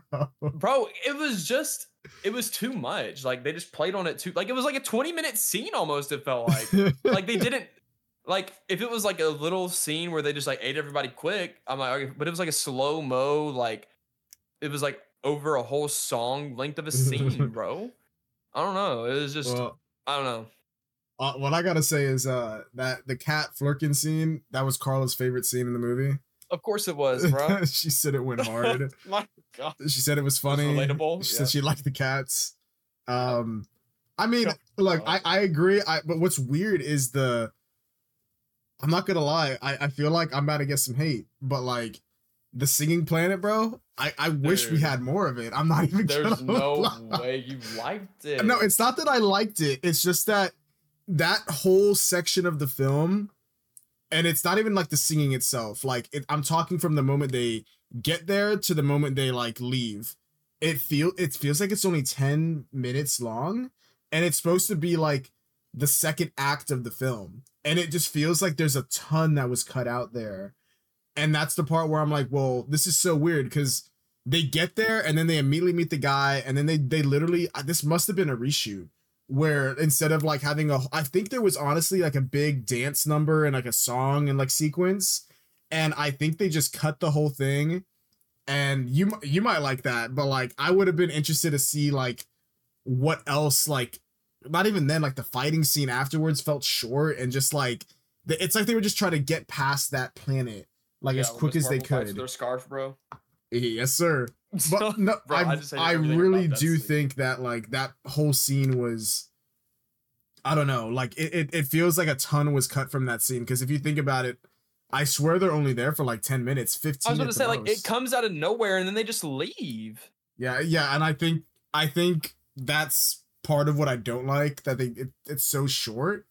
bro it was just it was too much like they just played on it too like it was like a 20 minute scene almost it felt like like they didn't like if it was like a little scene where they just like ate everybody quick i'm like okay, but it was like a slow mo like it was like over a
[laughs]
whole song length of a scene bro i don't know it was just
well,
i don't know
Uh, what I gotta say is uh that the cat flirking scene that was Carla's favorite scene in the movie.
Of course it was, bro.
[laughs] she said it went hard.
[laughs] My God.
she said it was funny.
relatable,
She
yeah.
said she liked the cats. Um, I mean,
Yeah.
look, I I agree. I but what's weird is the. I'm not gonna lie. I I feel like I'm about to get some hate, but like, the singing planet, bro. I I wish we
Dude.
had more of it. I'm not even. gonna
There's no
[laughs] lie.
way you liked it.
No, it's not that I liked it. It's just that that whole section of the film, and it's not even like the singing itself. Like it, I'm talking from the moment they get there to the moment they like leave. It feel it feels like it's only ten minutes long, and it's supposed to be like the second act of the film, and it just feels like there's a ton that was cut out there, and that's the part where I'm like, well, this is so weird because they get there and then they immediately meet the guy and then they they literally uh, this must have been a reshoot where instead of like having a I think there was honestly like a big dance number and like a song and like sequence and I think they just cut the whole thing and you m- you might like that but like I would have been interested to see like what else like not even then like the fighting scene afterwards felt short and just like the, it's like they were just trying to get past that planet like
Yeah,
as
when
quick
Miss
as they
Marvel bites
could
Their scarf, bro.
yes
[laughs]
sir but no,
Bro,
I,
I
I,
just hate everything about
really
that
do
scene.
think that like that whole scene was I don't know, like it, it, it feels like a ton was cut from that scene because if you think about it, I swear they're only there for like 10 minutes, 15
I was gonna
at the
say, like, it
most.
comes out of nowhere and then they just leave.
Yeah, yeah, and I think I think that's part of what I don't like that they it, it's so short.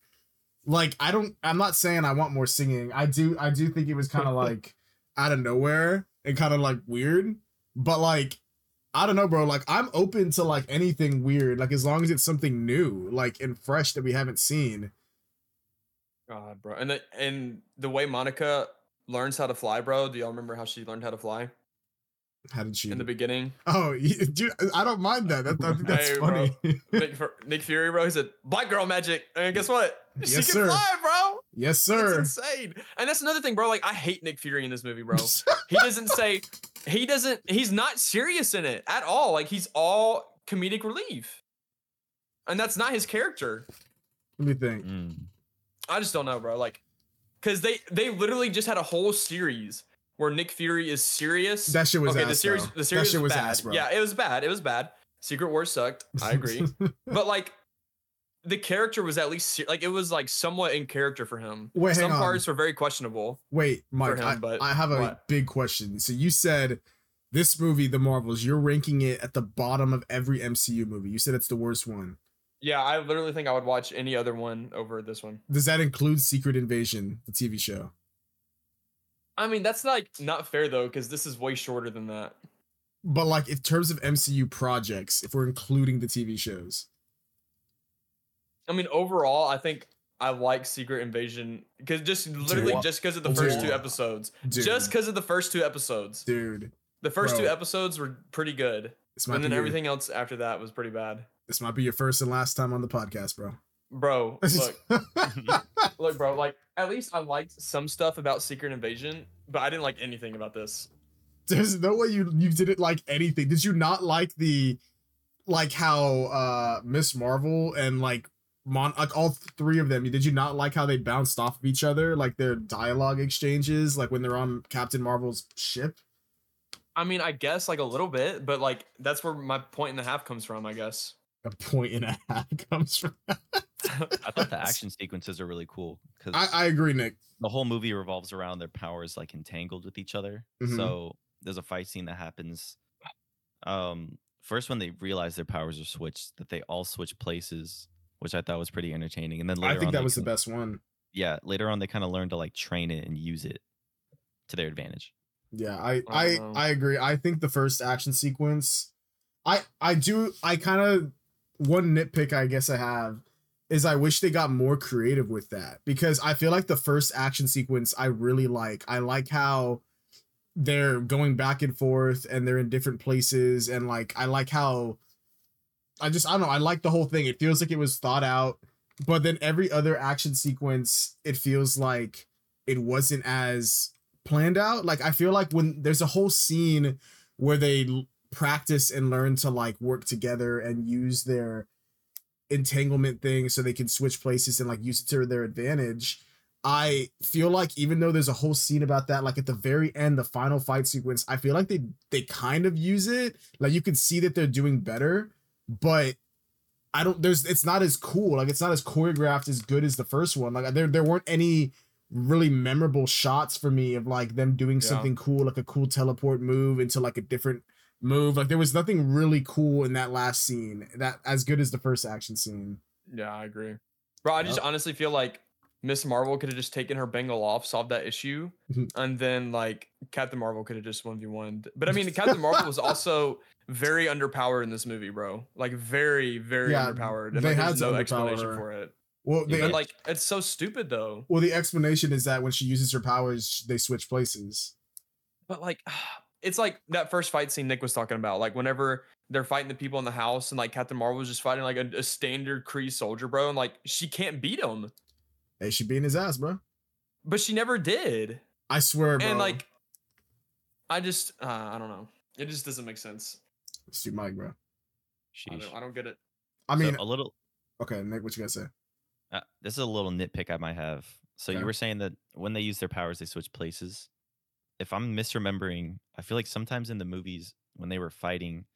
Like I don't I'm not saying I want more singing. I do I do think it was kind of
[laughs]
like out of nowhere and kind of like weird, but like I don't know, bro. Like I'm open to like anything weird, like as long as it's something new, like and fresh that we haven't seen.
God, bro. And the and the way Monica learns how to fly, bro. Do y'all remember how she learned how to fly
How did she?
in the beginning?
oh, [laughs] yeah, dude, I don't mind that. that I think that's
Hey, bro.
funny. [laughs]
Nick, Fu- Nick Fury, bro. He said, "Black girl magic," and guess what? She
Yes,
can
sir.
fly, bro.
yes,
It's
sir.
insane. And that's another thing, bro. Like, I hate Nick Fury in this movie, bro. He doesn't say, he doesn't, he's not serious in it at all. Like, he's all comedic relief, and that's not his character.
[laughs] Let me think.
Mm.
I just don't know, bro. Like, cause they they literally just had a whole series where Nick Fury is serious.
That shit was
okay,
ass,
the series,
bro.
the series
that shit
was,
was
bad.
ass, bro.
Yeah, it was bad. It was bad. Secret War sucked.
[laughs]
I agree, but like, the character was at least se- like it was like somewhat in character for him.
Wait, hang
Some
on.
parts were very questionable.
Wait, Mike,
him,
I,
but
I have a
what?
big question. So you said this movie, The Marvels, you're ranking it at the bottom of every MCU movie. You said it's the worst one.
Yeah, I literally think I would watch any other one over this one.
Does that include Secret Invasion, the TV show?
I mean, that's like not fair though, because this is way shorter than that.
But like in terms of MCU projects, if we're including the TV shows.
I mean, overall, I think I like Secret Invasion because just literally
Dude.
just because of the first
Dude.
two episodes.
Dude,
Just because of the first two episodes.
dude,
the first two
bro.
episodes were pretty good,
this might be
and then
your,
everything else after that was pretty bad.
this might be your first and last time on the podcast, bro. [laughs]
Bro, look, look, bro. Like, at least I liked some stuff about Secret Invasion, but I didn't like anything about this.
There's no way you you didn't like anything. Did you not like the like how uh Miss Marvel and like Mon like all three of them? Did you not like how they bounced off of each other, like their dialogue exchanges, like when they're on Captain Marvel's ship?
I mean, I guess like a little bit, but like that's where my point and a half comes from, I guess.
A point and a half [laughs] comes from.
I thought the action sequences are really cool because
I, I agree, Nick.
the whole movie revolves around their powers like entangled with each other.
Mhm.
So there's a fight scene that happens. Um, first when they realize their powers are switched, that they all switch places, which I thought was pretty entertaining. And then
I
later
think
on,
that
they
was the
kinda-
best one.
Yeah, later on they kind of learn to like train it and use it to their advantage.
Yeah, I
I
I
don't know.
I agree. I think the first action sequence, I I do I kind of one nitpick I guess I have is I wish they got more creative with that because I feel like the first action sequence I really like. I like how they're going back and forth and they're in different places and like I like how I just I don't know, I like the whole thing. It feels like it was thought out, but then every other action sequence it feels like it wasn't as planned out. Like I feel like when there's a whole scene where they l- practice and learn to like work together and use their entanglement thing so they can switch places and like use it to their advantage. I feel like even though there's a whole scene about that, like at the very end, the final fight sequence, I feel like they they kind of use it. Like you can see that they're doing better, but I don't. There's it's not as cool. Like it's not as choreographed as good as the first one. Like there there weren't any really memorable shots for me of like them doing
Yeah.
something cool, like a cool teleport move into like a different move. Like there was nothing really cool in that last scene. That as good as the first action scene.
Yeah, I agree. Bro, I just
Yep.
honestly feel like Miss Marvel could have just taken her bangle off, solved
[laughs]
that issue,
Mhm.
and then like Captain Marvel could have just one v one. But
[laughs]
I mean, Captain Marvel was also very underpowered in this movie, bro. Like very, very
Yeah,
underpowered, and
they
like,
had
there's
to
no explanation
underpower her.
for it.
Well,
Yeah,
they,
But like, it's so stupid though.
well, the explanation is that when she uses her powers, they switch places.
But like, [sighs] it's like that first fight scene Nick was talking about. Like whenever they're fighting the people in the house, and like Captain Marvel was just fighting like a, a standard Kree soldier, bro, and like she can't beat him,
They should be in his ass, bro.
but she never did.
I swear, bro.
and like i just uh, i don't know it just doesn't make sense
shoot, Mike, bro.
I
Sheesh.
don't, I don't get it
I
So
mean,
a little.
okay, Nick, what you gonna say?
Uh, this is a little nitpick I might have. So
Okay.
you were saying that when they use their powers, they switch places. If I'm misremembering, I feel like sometimes in the movies when they were fighting,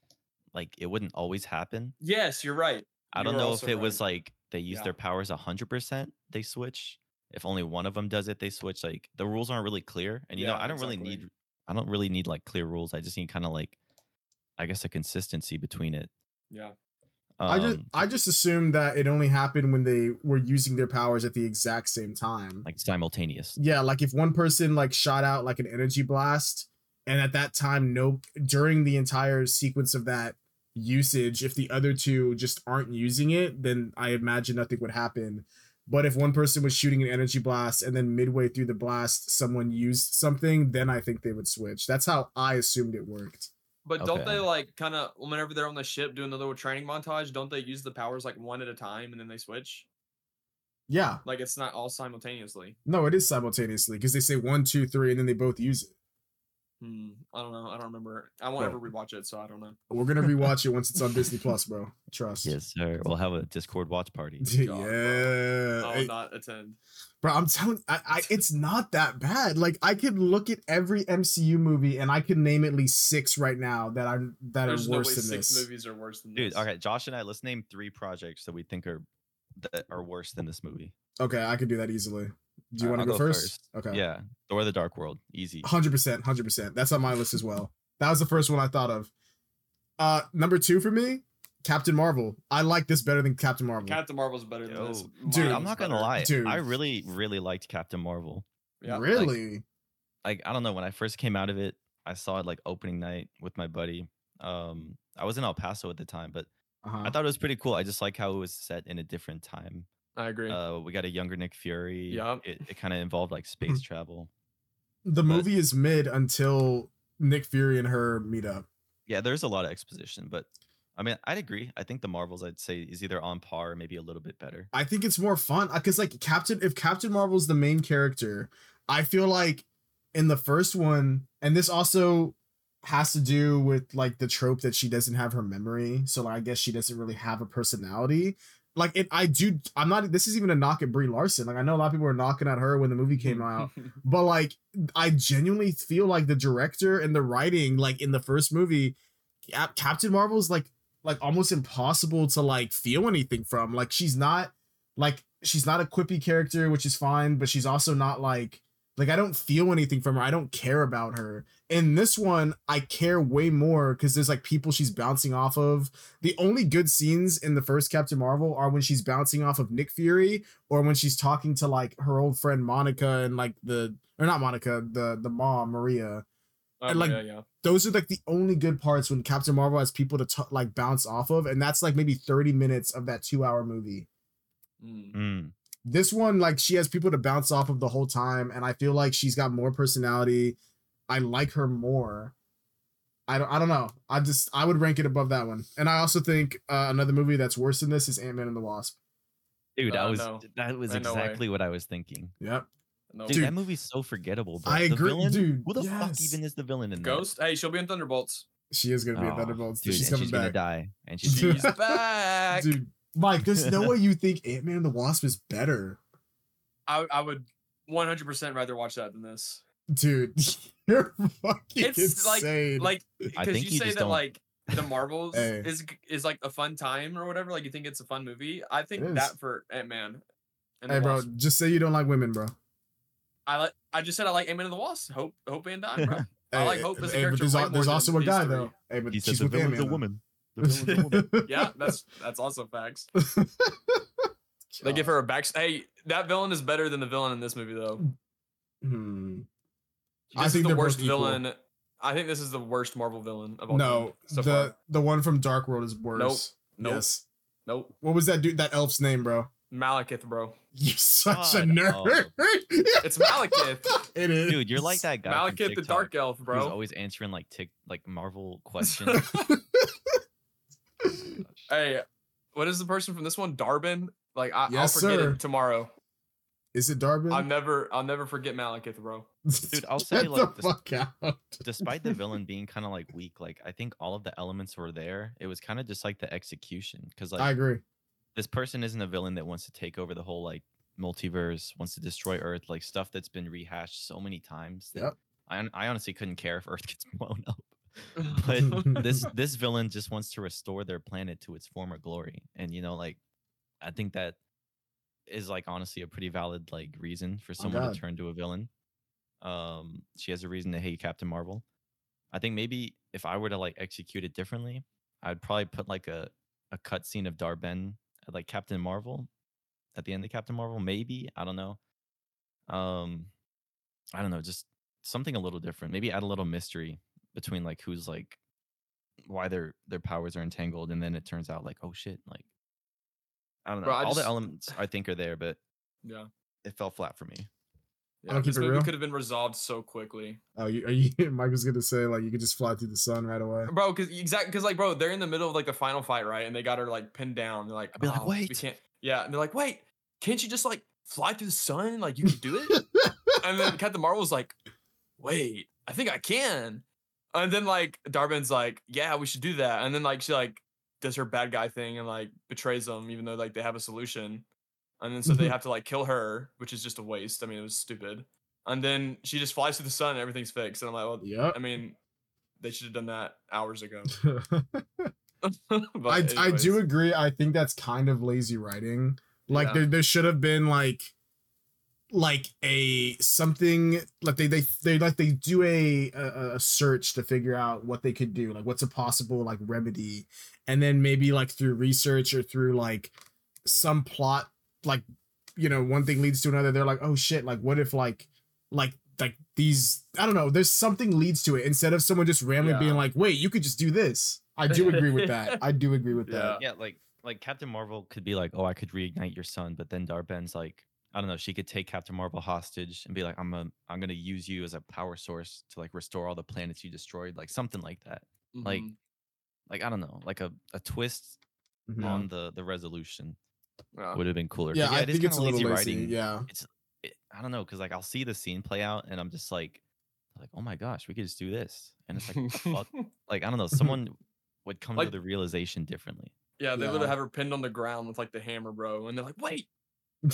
like it wouldn't always happen.
yes you're right
I
You
don't
are
know if
also
it was
right.
like they use
Yeah.
their powers 100%, they switch. If only one of them does it, they switch. Like the rules aren't really clear. And you know,
Yeah,
I don't really
exactly.
need I don't really need like clear rules. I just need kind of like I guess a consistency between it.
yeah
Um,
I just I just assumed that it only happened when they were using their powers at the exact same time.
like simultaneous.
yeah, like if one person like shot out like an energy blast, and at that time, no, during the entire sequence of that usage, if the other two just aren't using it, then I imagine nothing would happen. But if one person was shooting an energy blast and then midway through the blast, someone used something, then I think they would switch. That's how I assumed it worked.
but don't they
Okay.
like kind of whenever they're on the ship doing the little training montage don't they use the powers like one at a time and then they switch
Yeah,
like it's not all simultaneously
no, it is simultaneously because they say one, two, three, and then they both use it.
hmm i don't know i don't remember i won't
Right.
ever rewatch it so i don't know
We're gonna rewatch it once it's on Disney Plus, bro. Trust.
Yes, sir. We'll have a Discord watch party.
[laughs] yeah.
God, bro. i
Hey,
will not attend
bro, I'm telling I, I it's not that bad. Like I could look at every MCU movie and I could name at least six right now that are that
there's
are
no way
worse
six
than this.
movies are worse than
Dude,
this
okay, Josh and I, let's name three projects that we think are that are worse than this movie.
Okay, I could do that easily. Do you
Uh,
want to go,
I'll go
first? Okay. Oh,
Yeah. Thor the Dark World. Easy.
Hundred percent, hundred percent. That's on my list as well. That was the first one I thought of. Uh number two for me, Captain Marvel. I like this better than Captain Marvel.
captain marvel's better than this
Yo,
dude, uh,
Mine
I'm
was
not gonna
better.
lie.
Dude.
I really, really liked Captain Marvel.
yeah
really?
Like, I don't know, when I first came out of it, I saw it like opening night with my buddy. Um, I was in El Paso at the time, but
uh-huh.
I thought it was pretty cool. I just like how it was set in a different time.
i agree
Uh, we got a younger Nick Fury.
Yup.
It, it kind of involved like
[laughs]
space travel.
the
but-
movie is mid until Nick Fury and her meet up.
Yeah, there's a lot of exposition, but I mean, I'd agree. I think the Marvels I'd say is either on par or maybe a little bit better.
I think it's more fun because like Captain, if Captain Marvel's the main character, I feel like in the first one, and this also has to do with like the trope that she doesn't have her memory, so like, I guess she doesn't really have a personality. Like it, I do. I'm not. This is even a knock at Brie Larson. Like I know a lot of people were knocking at her when the movie came
Mm-hmm.
out, but like I genuinely feel like the director and the writing, like in the first movie, Cap- Captain Marvel's like like almost impossible to like feel anything from. Like she's not like she's not a quippy character, which is fine, but she's also not like like I don't feel anything from her. I don't care about her. In this one, I care way more because there's like people she's bouncing off of. The only good scenes in the first Captain Marvel are when she's bouncing off of Nick Fury or when she's talking to like her old friend Monica and like the or not Monica, the the mom Maria.
[laughs] oh,
and, like,
yeah, yeah.
Those are like the only good parts when Captain Marvel has people to t- like bounce off of, and that's like maybe thirty minutes of that two-hour movie.
Mm.
Mm,
This one, like, she has people to bounce off of the whole time, and I feel like she's got more personality. I like her more. I don't. I don't know. I just. I would rank it above that one, and I also think uh, another movie that's worse than this is Ant Man and the Wasp.
Dude, I
Uh,
was
no.
that was
eh?
Ain't no way.
exactly what I was thinking.
Yep.
No,
Dude,
Dude.
that movie's so forgettable. Bro.
Oh. I
The
agree-
villain-
dude,
Who the fuck
yes.
even is the villain in that?
Ghost? Hey, she'll be
[laughs]
in Thunderbolts.
She is gonna be a
Aw,
Thunderbolts.
Dude,
she's
and
coming [laughs]
she's gonna
back.
die, and she's
She's
gonna-
back.
Dude, Mike, there's no way you think Ant Man and the Wasp is better,
I I would 100% rather watch that than this.
dude. [laughs] You're fucking
It's like-
insane.
Like
I
because
think
you,
you
say
just
that
don't-
like
[laughs]
the Marvels
Hey.
is is like a fun time or whatever. Like you think it's a fun movie. I think
is.
that for Ant Man.
hey, bro, just say you don't like women, bro.
I like. I just said I like Ant Man and the Wasp. Hope Hope Van
[laughs]
Dyne, bro. I
Hey,
like Hope as a
hey, but
character
there's,
way
al- there's
more
also
than
a
these
guy
three.
though. Hey, but
he says
she's
the
with
villain's a
Ant-Man, though.
woman.
[laughs]
The villain's a woman.
Yeah,
[laughs]
that's that's also facts. They
Oh.
give her a back. Hey, that villain is better than the villain in this movie though.
Hmm. I
This is
think
the
they're both
worst
equal.
villain. I think this is the worst Marvel villain of all
No,
time. so
the
far.
the one from Dark World is worse.
Nope.
Yes.
Nope.
What was that dude? That elf's name, bro. [laughs]
Malekith, bro.
You're such a
God,
nerd. [laughs]
It's Malekith.
it is.
Dude, you're like that guy. from
Malekith the
TikTok
Dark Elf,
who's
bro.
always answering like tick like
[laughs]
Marvel questions.
Hey, what is the person from this one? Darbin? Like I,
Yes,
I'll forget
sir.
it tomorrow.
Is it Darwin? [laughs]
I'll never I'll never forget Malekith, bro.
Dude, I'll say,
Get
like,
the
this-
fuck out.
Despite the villain being kind of like weak, like I think all of the elements were there. It was kind of just like the execution because like
I agree.
this person isn't a villain that wants to take over the whole like multiverse, wants to destroy Earth, like stuff that's been rehashed so many times. That
Yep.
I, hon- I honestly couldn't care if Earth [laughs] gets blown up.
[laughs]
But this this villain just wants to restore their planet to its former glory, and you know, like I think that is like honestly a pretty valid like reason for someone
Oh, God.
to turn to a villain. Um, she has a reason to hate Captain Marvel. I think maybe if I were to like execute it differently, I'd probably put like a a cutscene of Darben at, like Captain Marvel at the end of Captain Marvel, maybe. I don't know. Um I don't know, just something a little different. Maybe add a little mystery between like who's like why their their powers are entangled and then it turns out like oh shit, like I don't know.
Bro, I
All the
just-
elements I think are there, but
yeah.
it fell flat for me.
Yeah,
I'll keep
this
it
movie
real.
could have been resolved so quickly,
Oh, you, are you, [laughs] Mike was gonna say like you could just fly through the sun right away.
bro. Because exactly, because like, bro, they're in the middle of like the final fight, right? And they got her like pinned down. They're like,
I'd be like,
"Oh, we
"Wait."
can't. Yeah, and they're like, wait, can't you just like fly through the sun? Like you can do
[laughs]
it. and then Captain Marvel's like, wait, I think I can. And then like Darbin's like, yeah, we should do that. And then like she like does her bad guy thing and like betrays them, even though like they have a solution. And then so they
Mm-hmm.
Mhm.
have to like kill her, which is just a waste. I mean, it was stupid. And then she just flies through the sun and everything's fixed. And I'm like, well,
Yep.
I mean, they should have done that
[laughs]
hours ago. but
I, I do
anyways,
agree. I think that's kind of lazy writing. Like
Yeah.
there, there should have been like like a something like they they, they like they do a, a a search to figure out what they could do like what's a possible like remedy and then maybe like through research or through like some plot like you know one thing leads to another they're like oh shit like what if like like like these i don't know there's something leads to it instead of someone just randomly
Yeah.
being like wait you could just do this i do agree with
[laughs]
that i do agree with that
Yeah, like like Captain Marvel could be like, "Oh, I could reignite your son," but then Darben's like, I don't know, she could take Captain Marvel hostage and be like, "I'm a, I'm gonna use you as a power source to like restore all the planets you destroyed," like something like that. Like,
mhm,
Mm-hmm.
like I don't know, like a a twist
Mhm.
on the the resolution
Mm-hmm. yeah. [laughs]
would have been cooler. 'cause
Uh, yeah, I
it is
think it's a
kinda
little lazy.
writing.
Yeah,
It- I don't know, cause like I'll see the scene play out and I'm just like, like oh my gosh, we could just do this, and it's like,
[laughs]
what the fuck? like I don't know, someone would come
Like-
to the realization differently.
[laughs] Yeah, they
Yeah.
literally have her pinned on the ground with like the hammer, bro. And they're like, wait.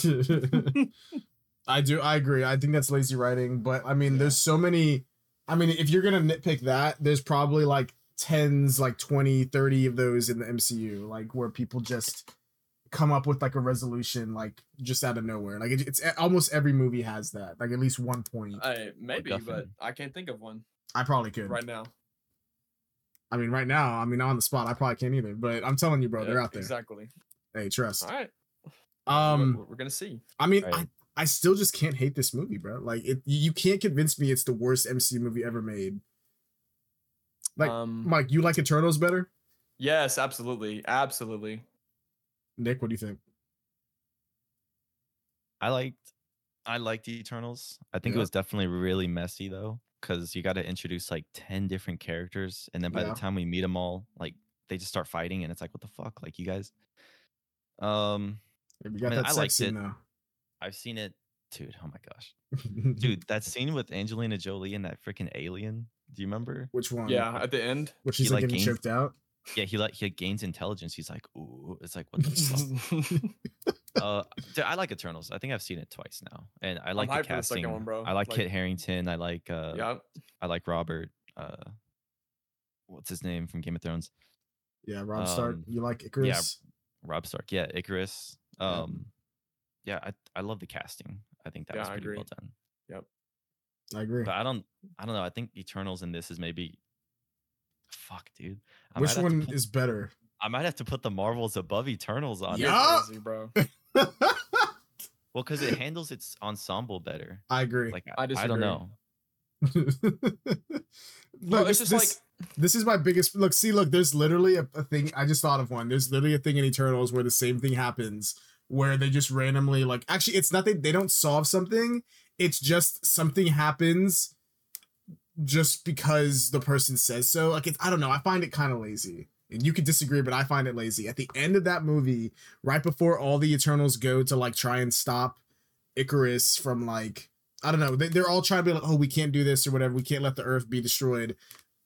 [laughs]
[laughs] I do. I agree. I think that's lazy writing, but I mean, there's so many. I mean, if you're gonna nitpick that, there's probably like tens, like 20, 30 of those in the MCU, like where people just come up with like a resolution, like just out of nowhere. Like it, it's almost every movie has that, like at least one point.
Mm,
I,
I, maybe, but
Guffin.
I can't think of one
probably could.
right now.
I mean, right now, I mean, on the spot, I probably can't either. But I'm telling you, bro, they're
Yeah,
out there.
Exactly.
Hey, trust.
All right.
Um,
we're, gonna see.
I mean, I,
Right.
I still just can't hate this movie, bro. Like, it, you can't convince me it's the worst MCU movie ever made. like,
Mm.
um,
Mike, you like Eternals better?
yes, absolutely, absolutely.
Nick, what do you think?
I liked I liked the Eternals. I think
Yeah.
it was definitely really messy though, because you got to introduce like ten different characters, and then by
Yeah.
the time we meet them all, like they just start fighting, and it's like, what the fuck? Like you guys. Um,
We got
Man,
that
I
sex
liked
scene
it.
now.
I've seen it, dude. Oh my gosh, [laughs] dude, that scene with Angelina Jolie and that freaking alien. Do you remember?
[laughs] Which one?
Yeah, at the end. [laughs]
Which she's
[laughs] He,
like
like,
getting
gained-
choked out.
yeah, he like he gains intelligence. He's like, ooh, it's like what the
[laughs]
fuck? uh, dude, I like Eternals. I think I've seen it twice now, and I like
hyped for
the
the second
casting.
one, bro.
I like,
Like-
Kit Harrington. I like uh,
yeah,
I like Robert. Uh, what's his name from Game of Thrones?
yeah, Rob Stark.
Um,
You like Icarus?
Rob Stark. Yeah, Icarus.
Yeah.
Um, yeah, I I love the casting. I think that
Yeah,
was
I
pretty well
agree.
done.
I agree.
But I don't I don't know. I think Eternals in this is maybe. Fuck, dude. I might
Which
have to
one
put-
is better? [laughs]
I might have to put the Marvels above Eternals on. it.
Yeah.
You're crazy, bro.
Well,
[laughs]
because it handles its ensemble better.
I agree.
Like I,
I
I don't
disagree.
know.
[laughs]
Bro,
look,
it's
this,
just
this- this is my biggest look. See, look, there's literally a, a thing. I just thought of one. There's literally a thing in Eternals where the same thing happens, where they just randomly like. Actually, it's not that they don't solve something. It's just something happens, just because the person says so. Like, it's, I don't know. I find it kind of lazy. And you could disagree, but I find it lazy. At the end of that movie, right before all the Eternals go to like try and stop Icarus from like I don't know, they, they're all trying to be like, oh, we can't do this or whatever. We can't let the Earth be destroyed.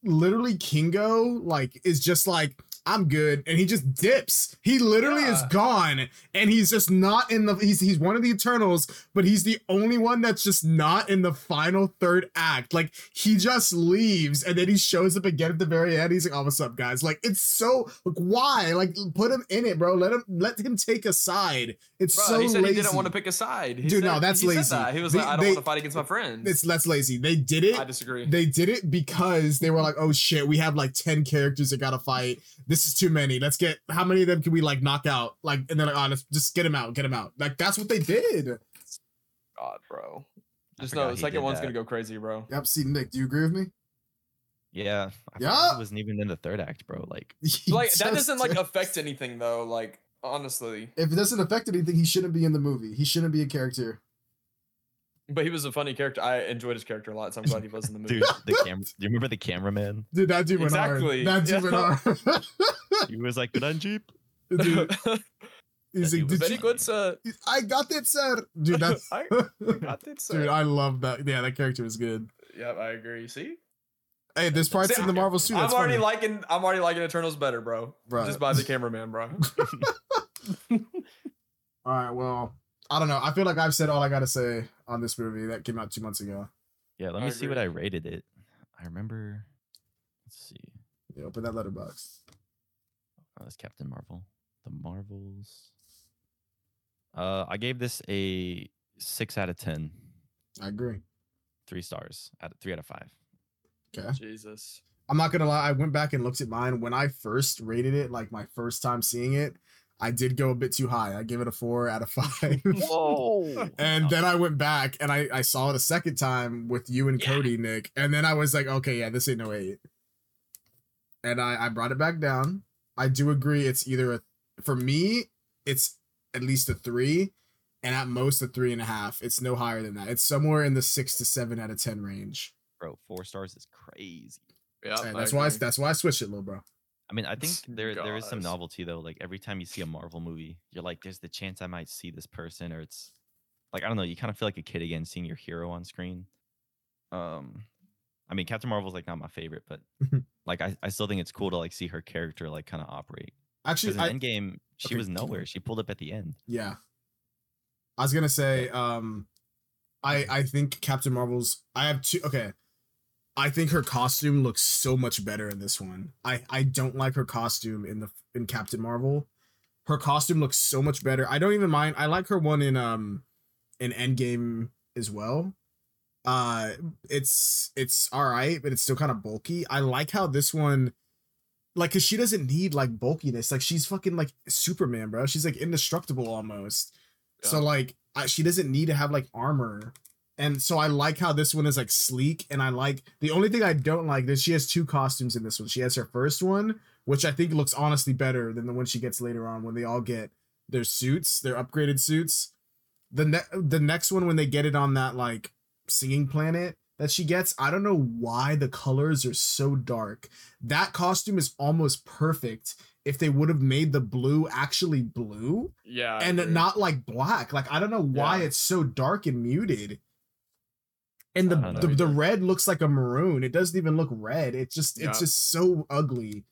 Literally, Kingo like is just like I'm good, and he just dips. He literally is
Yeah.
gone, and he's just not in the. He's he's one of the Eternals, but he's the only one that's just not in the final third act. Like he just leaves, and then he shows up again at the very end. He's like, "Oh, what's up, guys?" Like it's so like why? Like put him in it, bro. Let him let him take a side. It's
Bro,
so
he said
lazy.
he didn't want to pick a side. He
Dude,
said-
no, that's
he said
lazy.
that. He was
They-
like, I don't
they-
want to fight against my friends.
It's less lazy. They did it
I disagree.
they did it because they were like, oh shit, we have like 10 characters that gotta fight. This is too many. Let's get how many of them can we like knock out? Like, and then like, oh, let's just get them out, get them out. Like that's what they did.
God, bro.
I
Just
forgot
know the
he
second
did
one's
that.
gonna go crazy, bro.
Yep, see Nick, do you agree with me? [laughs]
Yeah. I
Yeah.
It wasn't even in the third act, bro.
[laughs]
Like
Like that doesn't like affect anything though. Like honestly,
if it doesn't affect anything, he shouldn't be in the movie. He shouldn't be a character.
but he was a funny character. I enjoyed his character a lot, so I'm glad
[laughs]
he was in the movie.
dude, the camera do you remember the cameraman?
Dude, that dude went
Exactly.
hard. That dude
Yeah.
went [laughs] hard.
He was like, Good on Jeep.
[laughs]
dude, he's
That
like,
dude was
"Did
Very
you-
good, sir.
I got it, sir. Dude,
[laughs]
that's [laughs]
I
dude,
got it, sir.
I love that. Yeah, that character was good.
Yep, I agree. See,
Hey, there's parts
See,
in the
I-
Marvel suit.
I'm
That's
already
funny.
liking. I'm already liking Eternals better, bro.
Bruh.
Just by the
[laughs]
cameraman, bro.
All right, well, I don't know. I feel like I've said all I gotta say on this movie that came out two months ago.
Yeah, let
I
me see what I
agree.
rated it. I remember let's see.
Yeah, open that letterbox.
Oh, that's Captain Marvel. The Marvels. Uh I gave this a six out of ten.
I agree.
Three stars out of three out of five.
Okay.
Jesus.
I'm not gonna lie. I went back and looked at mine when I first rated it, like my first time seeing it. I did go a bit too high. I gave it a four out of [laughs] five.
Whoa.
and then I went back and I, I saw it a second time with you and
Yeah.
Cody, Nick. And then I was like, okay, yeah, this ain't no eight. And I, I brought it back down. I do agree it's either a for me, it's at least a three, and at most a three and a half. It's no higher than that. It's somewhere in the six to seven out of ten range.
bro, four stars is crazy.
Yeah,
And that's why I, that's why I switched it, little bro.
I mean, I think there there is some
Guys.
novelty though. Like every time you see a Marvel movie, you're like, "There's the chance I might see this person," or it's like I don't know. You kind of feel like a kid again seeing your hero on screen. Um, I mean, Captain Marvel's like not my favorite, but like I, I still think it's cool to like see her character like kind of operate. Because
Actually,
in
I,
Endgame, she
okay,
was
keep
nowhere.
going.
She pulled up at the end.
Yeah. I was gonna say, um I I think Captain Marvel's I have two okay. I think her costume looks so much better in this one. I I don't like her costume in the in Captain Marvel. Her costume looks so much better. I don't even mind. I like her one in um in Endgame as well. Uh it's it's all right, but it's still kind of bulky. I like how this one like cuz she doesn't need like bulkiness. Like she's fucking like Superman, bro. She's like indestructible almost. So
Yeah.
like I, she doesn't need to have like armor. And so I like how this one is like sleek and I like the only thing I don't like is she has two costumes in this one. She has her first one, which I think looks honestly better than the one she gets later on when they all get their suits, their upgraded suits. The ne- the next one when they get it on that like singing planet that she gets, I don't know why the colors are so dark. That costume is almost perfect if they would have made the blue actually blue
Yeah, I
and
agree.
not like black. Like I don't know why
Yeah.
it's so dark and muted. And
I don't
the
know
the, the
either.
red looks like a maroon. It doesn't even look red. It's just
Yeah.
it's just so ugly.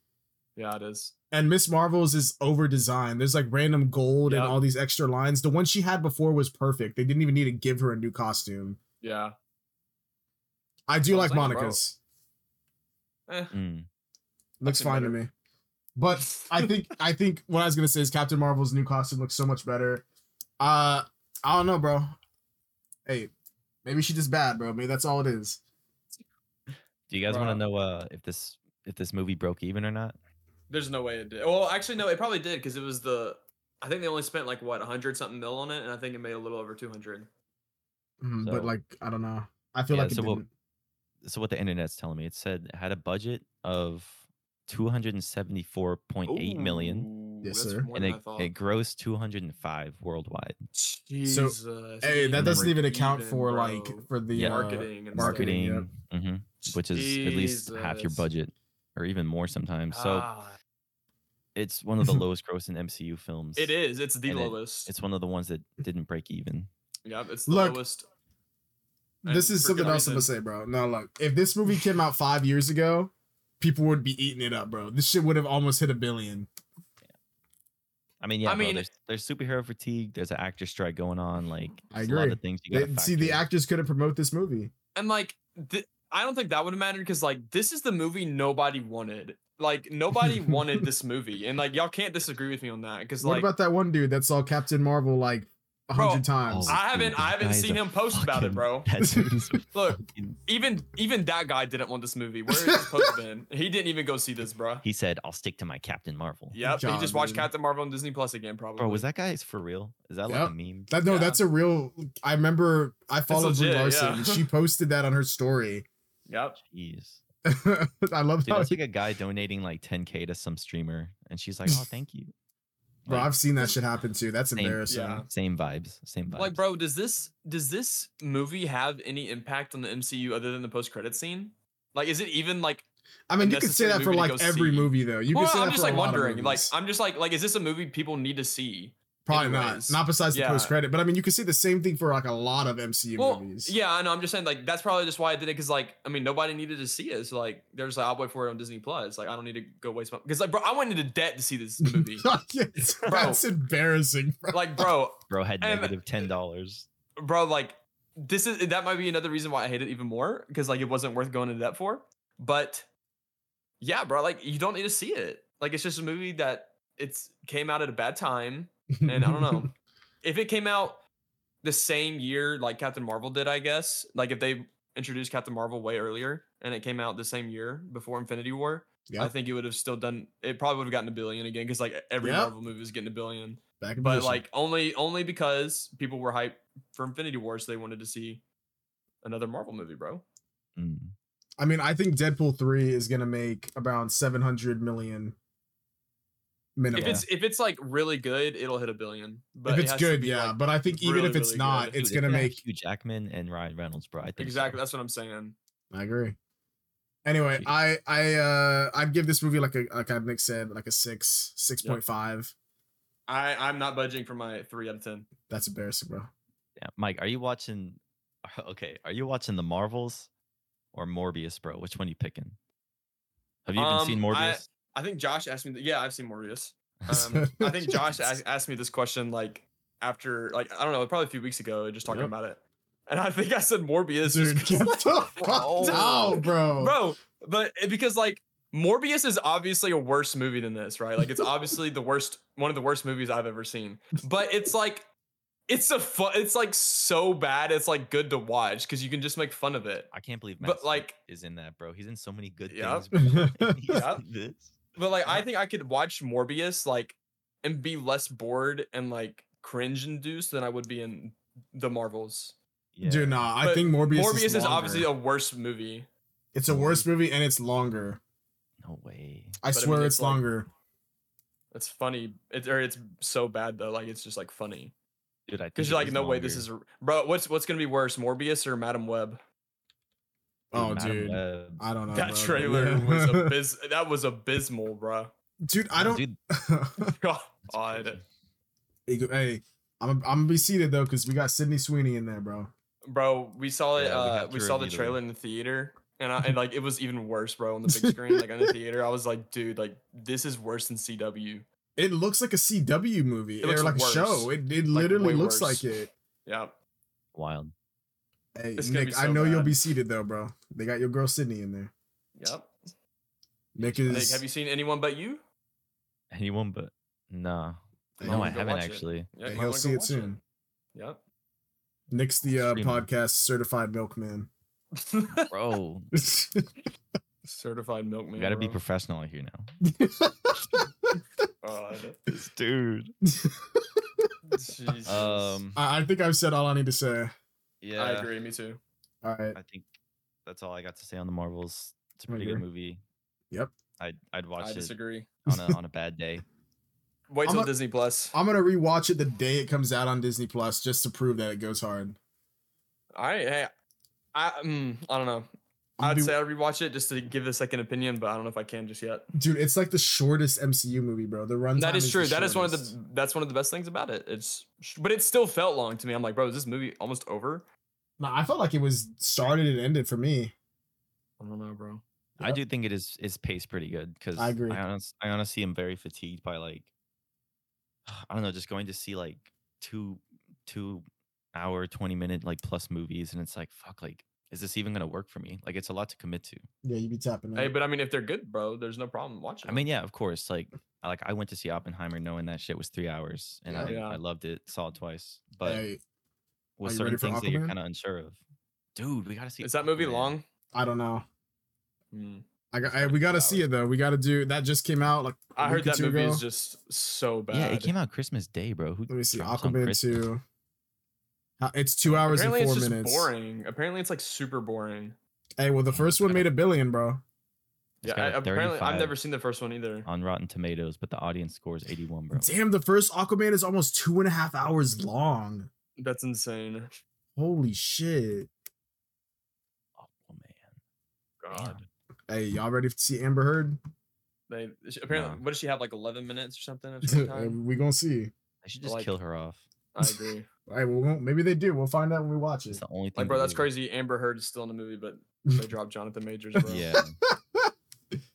Yeah, it is.
and Miss Marvel's is over designed. There's like random gold
Yeah.
and all these extra lines. The one she had before was perfect. They didn't even need to give her a new costume.
Yeah.
I do
I'm
like
saying, bro.
Monica's.
Eh.
Mm.
Looks
Nothing
fine to
better.
me. But I think I think what I was gonna say is Captain Marvel's new costume looks so much better. Uh I don't know, bro. Hey, maybe she just bad, bro. Maybe that's all it is.
Do you guys want
Right.
to know uh, if this if this movie broke even or not?
There's no way it did. Well, actually, no, it probably did because it was the. I think they only spent like what 100 something mil on it, and I think it made a little over 200.
Mm, but
So-
like, I don't know. I feel
Yeah,
like it
so we'll-
didn't.
So what the internet's telling me, it said it had a budget of two hundred and seventy four point eight million,
Ooh,
Yes,
that's
sir.
more
and
than
it,
I thought.
it grossed two hundred and five worldwide.
Jesus.
Hey, that
even
doesn't even
break
account
even,
for
bro.
like for the
Yeah.
uh,
marketing and
marketing,
Marketing,
yep.
hmm
stuff.
which is at least half your
Jesus.
budget, or even more sometimes. So
Ah,
it's one of
[laughs]
the lowest grossing MCU films.
it is. It's the
and it-
lowest.
It's one of the ones that didn't break even.
yep, it's the
Look,
lowest. And
This is
for
something
good
else I'm gonna
reason.
say, bro. No, look, if this movie came out five years ago, people would be eating it up, bro. This shit would have almost hit a billion.
I mean, yeah,
I
bro,
mean-
there's, there's superhero fatigue. There's an actor strike going on. Like,
I
there's a lot
agree.
of things you
They,
got
see, the actors couldn't promote this movie.
And like, th- I don't think that would have mattered because like this is the movie nobody wanted. Like
[laughs]
nobody wanted this movie, and like y'all can't disagree with me on that because
what
like
about that one dude that saw Captain Marvel like a hundred times?
Oh, I haven't- I haven't seen him post about
[laughs]
it, bro. [laughs] Look, even even that guy didn't want this movie. Where is this post been? He didn't even go see this, bruh.
he said, "I'll stick to my Captain Marvel."
Yep, he
God,
just watched
dude.
Captain Marvel on Disney Plus again, probably.
Bro, was that guy for real? Is that like a meme?
that no,
Yeah.
that's a real. I remember I followed Brie
legit,
Larson.
yeah.
and
[laughs]
She posted that on her story. [laughs]
Yep.
Jeez.
I love
Oh,
Dude,
how.
that's like a guy donating like 10k to some streamer, and she's like,
[laughs]
"Oh, thank you."
bro,
Like,
I've seen that shit happen too. That's
Same.
embarrassing.
Yeah.
same vibes, same vibes.
Like, bro, does this does this movie have any impact on the MCU other than the post credit scene? Like, is it even like?
I mean, you could say
Unnecessary
that for
movie to
like
go
every
see.
movie though. You
well,
could say
I'm
that
just
for a
like
lot of
wondering. Like,
movies.
I'm just like, like, is this a movie people need to see?
Probably
anyways.
not. Not besides the
Yeah.
post credit, but I mean, you can see the same thing for like a lot of MCU
Well,
movies.
yeah, I know. I'm just saying, like, that's probably just why I did it because, like, I mean, nobody needed to see it. So, like, there's like, I'll wait for it on Disney Plus. Like, I don't need to go waste my because, like, bro, I went into debt to
[laughs]
see this movie. [laughs]
Yes, that's embarrassing, bro.
like, bro,
bro had
and-
negative ten dollars.
bro, like, this is that might be another reason why I hate it even more because, like, it wasn't worth going into debt for. But yeah, bro, like, you don't need to see it. Like, it's just a movie that it's came out at a bad time. and I
[laughs]
don't know if it came out the same year like Captain Marvel did. I guess like if they introduced Captain Marvel way earlier and it came out the same year before Infinity War,
Yeah.
I think it would have still done. It probably would have gotten a billion again because like every
Yeah.
Marvel movie is getting a billion,
Back in
but
motion.
like only only because people were hyped for Infinity War, so they wanted to see another Marvel movie, bro.
Mm.
I mean, I think Deadpool three is gonna make about seven hundred million minimum.
If it's if it's like really good, it'll hit a billion. But
If
it
it's
has to
good,
be,
yeah.
like-
but I think even
really,
if it's
really
not,
good.
Dude,
it's
if
gonna
it had
make.
Hugh Jackman and Ryan Reynolds, bro. I think so.
exactly. That's what I'm saying.
I agree. Anyway,
Jeez.
I I uh I'd give this movie like a like I've Nick said like a six six point five.
I I'm not budging for my three out of ten.
That's embarrassing, bro.
Yeah. Mike, are you watching? [laughs] Okay, are you watching the Marvels or Morbius, bro? Which one you picking? Have you even seen
Um, I-
Morbius?
I think Josh asked me. th- yeah, I've seen
[laughs]
Morbius. Um, I think Josh asked, asked me this question like after like I don't know, probably a few weeks ago, just talking
Yep.
about it. And I think I said Morbius,
Dude, [laughs]
just 'cause,
get
[laughs] like,
the fuck
bro.
out, bro.
bro. But it- because like Morbius is obviously a worse movie than this, right? Like it's obviously the worst, one of the worst movies I've ever seen. But it's like. It's a fun. It's like so bad. It's like good to watch because you can just make fun of it.
I can't believe
but,
Matt Smith
like-
is in that, bro. He's in so many good
Yep. [laughs]
things. Bro. [laughs] and he's
Yep.
in this.
But like, I
Yeah.
think I could watch Morbius like and be less bored and like cringe induced than I would be in the Marvels.
Yeah.
Dude, nah. I
But
think Morbius.
Morbius is,
is longer.
obviously a worse movie.
It's a worse movie and it's longer.
No way.
I
But I mean,
swear
it's
it's,
like-
longer.
It's funny. It, or it's so bad though. Like it's just like funny
Dude, I think
because
it
you're like,
was
no way, this
longer.
is a, bro. What's what's gonna be worse, Morbius or Madam Web?
Oh,
Madam
dude.
Web.
I don't know.
that
bro.
trailer
Yeah. [laughs]
was abys- That was abysmal, bro.
dude, I don't.
Dude, that's
[laughs] God,
crazy.
[laughs] hey, I'm, I'm gonna be seated though because we got Sydney Sweeney in there, bro.
bro. We saw it.
Yeah, we
uh,
have
we
to
saw the
review the-
trailer in the theater, and I, and like it was even worse, bro, on the big screen, like on
[laughs]
the theater. I was like, dude, like this is worse than CW.
It looks like a CW movie
It looks
or like
worse.
a show. It, it literally
way
looks
worse.
like it.
Yeah,
Wild.
Hey,
It's gonna be
Nick, I
so
know you'll
bad.
be seated though, bro. They got your girl Sydney in there.
yep.
Nick
Like,
is.
have you seen anyone but you?
Anyone but no.
Hey,
No,
you
I
can
haven't
watch it.
actually.
Yeah,
Hey,
you might
he'll
wanna go
see it
watch
soon.
Yep.
Nick's the uh,
Streaming.
podcast certified milkman. [laughs]
Bro,
[laughs] Certified milkman.
we gotta be
bro.
professional out here
[laughs]
now. [laughs]
God.
This dude.
Jesus.
Um
I, I think I've said all I need to say.
yeah.
I agree. Me too.
All right.
I think that's all I got to say on the Marvels. It's a pretty
agree.
good movie.
Yep.
I'd I'd
I
watch it
disagree.
[laughs]
on a on a bad day.
Wait
I'm
till
a-
Disney Plus.
I'm gonna rewatch it the day it comes out on Disney Plus just to prove that it goes hard.
All right. Hey, I mm, I don't know.
I'm
I'd
be-
say I'd rewatch it just to give the second opinion, but I don't know if I can just yet.
dude, it's like the shortest MCU movie, bro. The runtime.
That is
the
true. That is one of
shortest.
the that's one of the best things about it. It's sh- but it still felt long to me. I'm like, bro, is this movie almost over?
Nah, I felt like it was started and ended for me.
I don't know, bro.
I
Yep.
do think it is is paced pretty good because
I agree.
I, honest, I honestly am very fatigued by like [sighs] I don't know, just going to see like two two hour twenty minute like plus movies, and it's like fuck, like is this even gonna work for me? Like it's a lot to commit to.
Yeah, you be tapping.
Hey,
out.
but I mean, if they're good, bro, there's no problem watching.
I mean, yeah, of course. Like I- like I went to see Oppenheimer knowing that shit was three hours, and
Yeah.
I
Yeah.
I loved it, saw it twice, but
Hey,
with
are you
certain
ready for
things that you're
Aquaman?
kind of unsure of. Dude, we gotta see.
it. is that movie
Aquaman.
long?
I don't know.
Mm.
I got. I, we gotta see it though. We gotta do that. Just came out like. a
I heard
week or
that
two
movie
ago.
is just so bad.
Yeah, it came out Christmas Day, bro. Who
Let me see.
drops on
Aquaman
Christmas?
two. Uh, It's two hours
Apparently,
and
it's
four
just
minutes.
boring. Apparently, it's like super boring.
Hey, well, the first one made a billion, bro.
It's
Yeah,
got
I,
a
apparently, I've
35.
never seen the first one either.
on Rotten Tomatoes, but the audience scores 81, bro.
Damn, the first Aquaman is almost two and a half hours long.
That's insane.
Holy shit.
Aquaman.
God,
Hey, y'all ready to see Amber Heard?
they she- apparently.
Nah.
What does she have? Like 11 minutes or
[laughs]
something of
[laughs]
screen
Hey,
time.
we gonna see.
They should just
Like-
kill her off. [laughs]
I agree.
All right, well, we'll- maybe they do. We'll find out when we watch
It's
it.
the only thing.
Like, bro,
to
that's
do. [laughs]
crazy. Amber Heard is still in the movie, but they dropped Jonathan Majors, bro. [laughs]
Yeah.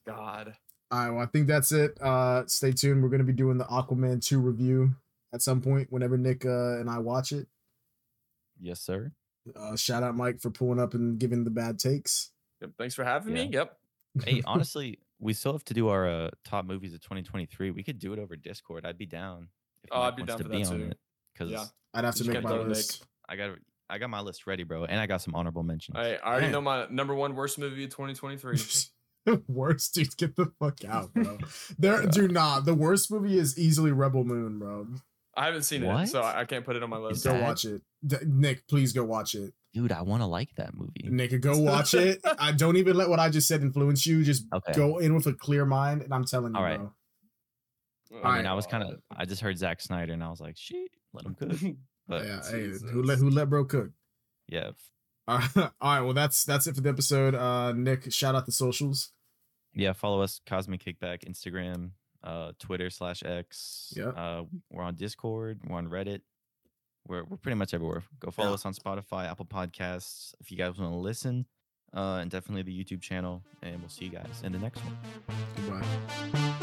God.
All right, well, I think that's it. Uh, stay tuned. We're gonna be doing the Aquaman 2 review at some point whenever Nick uh, and I watch it.
yes, sir.
Uh, shout out Mike for pulling up and giving the bad takes.
Yep, thanks for having
Yeah.
me. Yep.
[laughs] Hey, honestly, we still have to do our uh, top movies of 2023. We could do it over Discord. I'd be down. If
Oh, I'd
Mike
be
wants
down
to
for that
on
too.
it, Because
Yeah.
I'd have to
Just
make
get
my
the link.
list.
[laughs]
I got I got my list ready, bro, and I got some honorable mentions.
I, I already
Damn.
know my number one worst movie
[laughs]
of 2023.
[laughs] worst, dude, get the fuck out,
[laughs]
bro. there, do not. The worst movie is easily Rebel Moon, bro.
I haven't seen it, so
What?
I, I can't put it on my list.
Go
that-
watch it, D- Nick. Please go watch it,
Dude, I want to like that movie.
Nick. Go watch
[laughs]
it. I don't even let what I just said influence you. Just
Okay.
go in with a clear mind, and I'm telling you,
All right.
bro.
I
Uh,
mean,
Alright.
I was kind of I just heard Zack Snyder, and I was like, shit, let
[laughs]
him cook.
[laughs]
But
Yeah, hey, who
Jesus.
let who let bro cook? [laughs]
yeah,
All right, all right. Well, that's that's it for the episode. Uh, Nick, shout out the socials.
yeah follow us cosmic kickback instagram uh twitter slash x
Yeah.
uh we're on discord we're on reddit we're, we're pretty much everywhere go follow
Yeah.
us on spotify apple podcasts if you guys want to listen uh and definitely the youtube channel and we'll see you guys in the next one
Goodbye.
Bye.